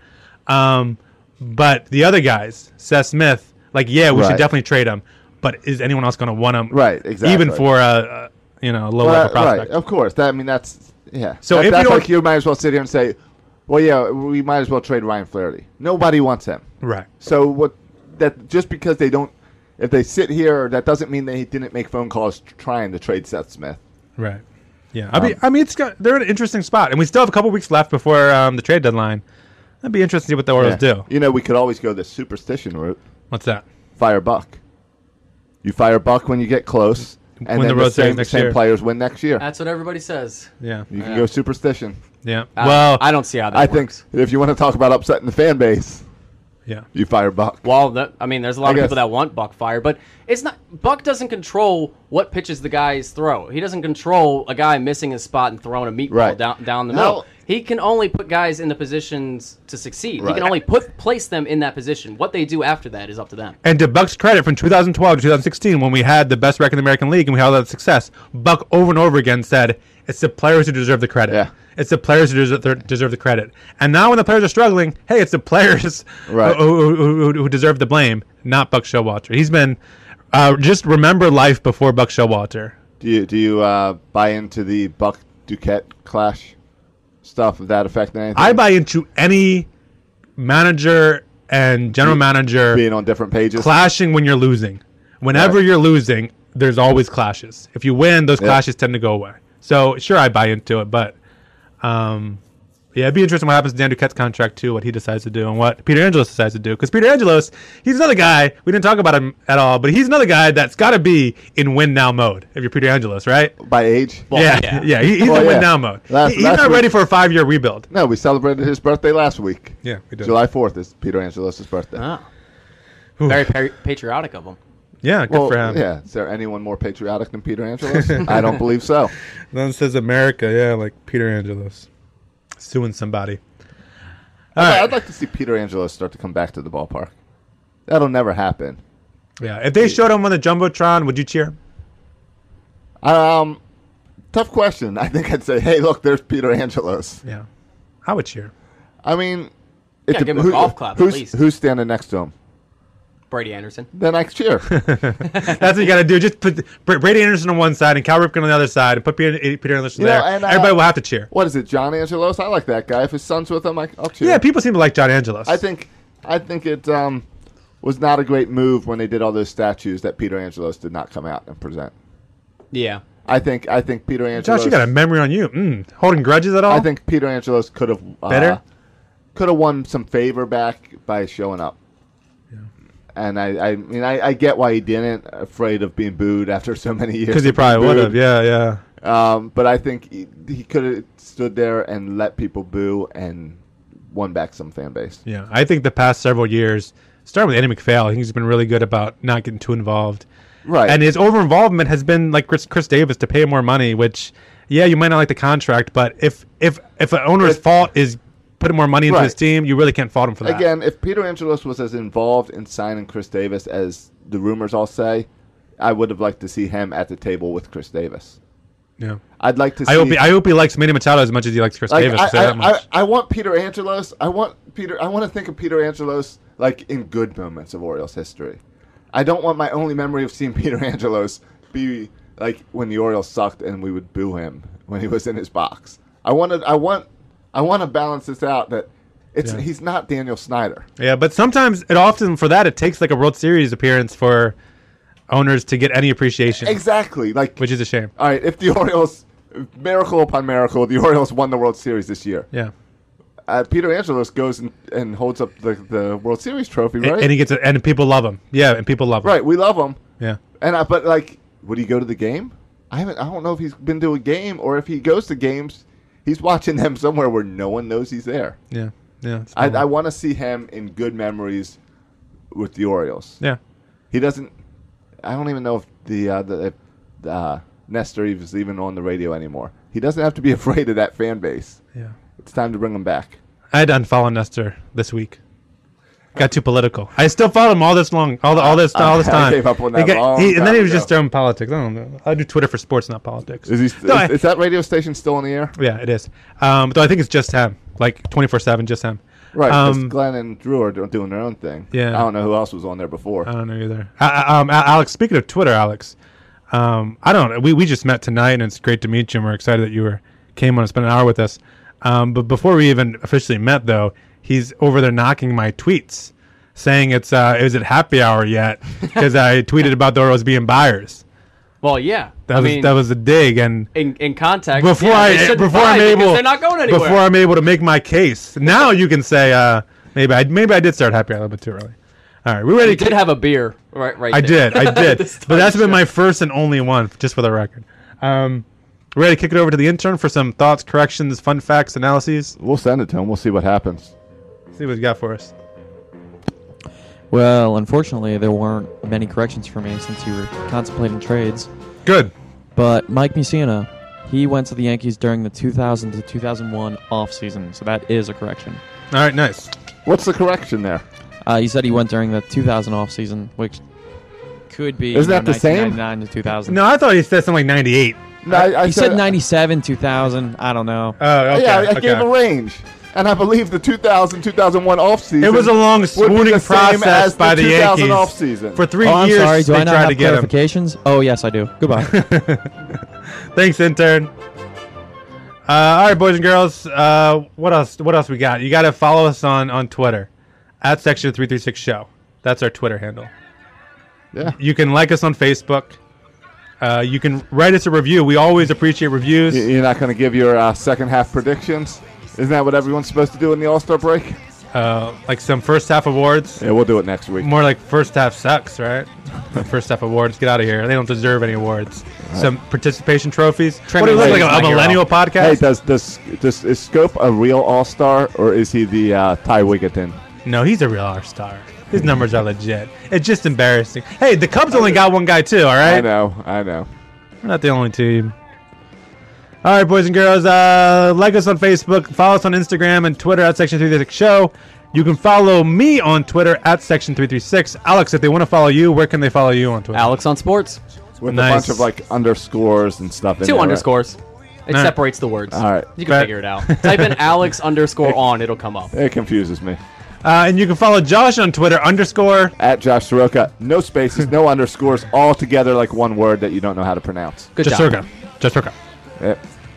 Um, but the other guys, Seth Smith, like yeah, we Right. should definitely trade him. But is anyone else going to want him? Right, exactly. Even for a, a you know low Well, that- level right, prospect. of course. That I mean, that's yeah. So That- if you that's don't- like you might as well sit here and say, Well, yeah, we might as well trade Ryan Flaherty. Nobody wants him. Right. So what? That just because they don't, if they sit here, that doesn't mean they didn't make phone calls trying to trade Seth Smith. Right. Yeah. Um, I mean, I mean, it's got they're in an interesting spot, and we still have a couple weeks left before um, the trade deadline. That'd be interesting to see what the Orioles Yeah. do. You know, we could always go the superstition route. What's that? Fire Buck. You fire Buck when you get close, and Win then the the, World Series same, next same year. players win next year. That's what everybody says. Yeah. you can go superstition. Yeah. I- well, Uh, I don't see how that I works. think if you want to talk about upsetting the fan base, Yeah. you fire Buck. Well, that, I mean, there's a lot I of people guess. that want Buck fire, but it's not. Buck doesn't control what pitches the guys throw. He doesn't control a guy missing his spot and throwing a meatball Right. down down the No. middle. He can only put guys in the positions to succeed. He Right. can only put place them in that position. What they do after that is up to them. And to Buck's credit, from 2012 to 2016, when we had the best record in the American League and we had all that success, Buck over and over again said, "It's the players who deserve the credit. Yeah. It's the players who deserve, the- deserve the credit." And now, when the players are struggling, hey, it's the players <laughs> Right. who, who, who- who deserve the blame, not Buck Showalter. He's been uh, just remember life before Buck Showalter. Do you do you uh, buy into the Buck Duquette clash stuff of that affect anything? I buy into any manager and general manager being on different pages. clashing when you're losing. Whenever Right. you're losing, there's always clashes. If you win, those Yeah. clashes tend to go away. So sure, I buy into it, but um, yeah, it'd be interesting what happens to Dan Duquette's contract too, what he decides to do, and what Peter Angelos decides to do. Because Peter Angelos, he's another guy we didn't talk about him at all, but he's another guy that's got to be in win now mode. If you're Peter Angelos, right? by age. yeah, <laughs> yeah, he- he's Well, in win yeah. now mode. Last- He- he's last not ready week- for a five year rebuild. No, we celebrated his birthday last week. Yeah, we did. July fourth is Peter Angelos' birthday. Ah. Very pa- patriotic of them. Yeah, good for him. yeah. Is there anyone more patriotic than Peter Angelos? I <laughs> don't believe so. Then it says America, yeah, like Peter Angelos suing somebody. All I'd right. like to see Peter Angelos start to come back to the ballpark. That'll never happen. Yeah, if they showed him on the jumbotron, would you cheer? Um, tough question. I think I'd say, hey, look, there's Peter Angelos. Yeah, I would cheer. I mean, Yeah, give him a golf clap at who's, least. Who's standing next to him? Brady Anderson. Then I cheer. That's what you got to do. Just put Bra- Brady Anderson on one side and Cal Ripken on the other side, and put Peter, eh, Peter Anderson You know, there. and, uh, Everybody will have to cheer. what is it, John Angelos? I like that guy. If his son's with him, I, I'll cheer. Yeah, people seem to like John Angelos. I think, I think it um, was not a great move when they did all those statues that Peter Angelos did not come out and present. Yeah. I think, I think Peter Angelos. Josh, you got a memory on you. Mm, holding grudges at all? I think Peter Angelos could have uh, Better? could have won some favor back by showing up. And I, I mean, I, I get why he didn't. Afraid of being booed after so many years. because he of being probably would booed. have. Yeah, yeah. Um, but I think he, he could have stood there and let people boo and won back some fan base. Yeah, I think the past several years, starting with Andy McPhail, I think he's been really good about not getting too involved. Right. And his over involvement has been like Chris, Chris Davis to pay him more money, which, yeah, you might not like the contract, but if if if an owner's If- fault is putting more money into Right. his team, you really can't fault him for that. Again, if Peter Angelos was as involved in signing Chris Davis as the rumors all say, I would have liked to see him at the table with Chris Davis. yeah. I'd like to. See I hope he, I hope he likes Manny Machado as much as he likes Chris Like, Davis. I, I'll say I- that much. I- I want Peter Angelos. I want Peter. I want to think of Peter Angelos like in good moments of Orioles history. I don't want my only memory of seeing <laughs> Peter Angelos be like when the Orioles sucked and we would boo him when he was in his box. I wanted. I want. I want to balance this out. That it's Yeah. he's not Daniel Snyder. yeah, but sometimes it often for that it takes like a World Series appearance for owners to get any appreciation, Exactly. Like which is a shame. all right. If the <laughs> Orioles miracle upon miracle, the Orioles won the World Series this year. Yeah. Uh, Peter Angelos goes and, and holds up the, the World Series trophy, And- right? And he gets a, and people love him. Yeah, and people love him. Right, we love him. Yeah. And I, but like, would he go to the game? I haven't. I don't know if he's been to a game or if he goes to games. He's watching them somewhere where no one knows he's there. Yeah. Yeah. it's I, normal. I want to see him in good memories with the Orioles. Yeah. He doesn't. I don't even know if the uh, the if, uh, Nestor Eve is even on the radio anymore. He doesn't have to be <laughs> afraid of that fan base. Yeah. It's time to bring him back. I had to unfollow Nestor this week. Got too political. I still followed him all this long, all, the, all this, all <laughs> this I time. gave up on He that long he- and then time he was ago. just throwing politics. I don't know. I do Twitter for sports, not politics. Is, he, No, is, I- is that radio station still on the air? yeah, it is. Um, though I think it's just him, like twenty four seven, just him. Right, 'cause Um, Glenn and Drew are do- doing their own thing. Yeah. Uh, I don't know who else was on there before. I don't know either. I, I- um, A- Alex, speaking of Twitter, Alex, um, I don't. know. We we just met tonight, and it's great to meet you. and We're excited that you were came on and spent an hour with us. Um, but before we even officially met, though, he's over there knocking my tweets, saying it's uh, is it happy hour <laughs> yet? Because I tweeted about the Orioles being buyers. Well, yeah. That I was mean, that was a dig, and in, in context. before yeah, they I shouldn't before buy I'm because able they're not going anywhere. before I'm able to make my case. Now you can say uh, maybe I maybe I did start happy hour a little bit too early. All right, we ready? you did have a beer, <laughs> right? Right. I there. <laughs> did, I did, This but that's been time, my first and only one, just for the record. Um, we ready to kick it over to the intern for some thoughts, corrections, fun facts, analyses. We'll send it to him. We'll see what happens. See what you got for us. Well, unfortunately, there weren't many corrections for me since you were contemplating trades. Good. But Mike Messina, he went to the Yankees during the 2000 to 2001 offseason, so that is a correction. All right, nice. What's the correction there? Uh, he said he went during the 2000 offseason, which could be Isn't you know, that the same? 1999 to 2000. No, I thought he said something like 98. No, I, I uh, he said 97, 2000. I don't know. Oh, okay. yeah, I I okay. gave a range. And I believe the 2000 2001 offseason. It was a long would be swooning the same process as by the, 2000 Yankees. offseason. For three oh, I'm years, sorry. Do they I not tried have to get him. clarifications? Oh, yes, I do. Goodbye. Thanks, intern. Uh, all right, boys and girls. Uh, what else? What else we got? You got to follow us on on Twitter at Section Three Three Six Show. That's our Twitter handle. Yeah. You can like us on Facebook. Uh, you can write us a review. We always appreciate reviews. Y- You're not going to give your uh, second half predictions? Isn't that what everyone's supposed to do in the All Star break? Uh, like some first half awards. Yeah, we'll do it next week. More like first half sucks, right? <laughs> first half awards. Get out of here. They don't deserve any awards. Some participation trophies. what do you look like? Lane's A, a my hero. millennial Hey, podcast? does this, does is Scope a real All Star or is he the uh, Ty Wigginton? No, he's a real R star. His numbers are legit. It's just embarrassing. Hey, the Cubs only got one guy too. All I right, know, I know. we're not the only team. All right, boys and girls, uh, like us on Facebook, follow us on Instagram and Twitter at Section Three Three Six Show. You can follow me on Twitter at Section Three Three Six. Alex, if they want to follow you, where can they follow you on Twitter? Alex on sports. With a Nice. bunch of like underscores and stuff. in Two there, right? underscores. It All right. separates the words. All right. You can Bet. figure it out. Type in Alex underscore on. It'll come up. It confuses me. Uh, and you can follow Josh on Twitter underscore At Josh Soroka, no spaces, no underscores, all together like one word that you don't know how to pronounce. Good job. Jasurka. Jasurka. Yep.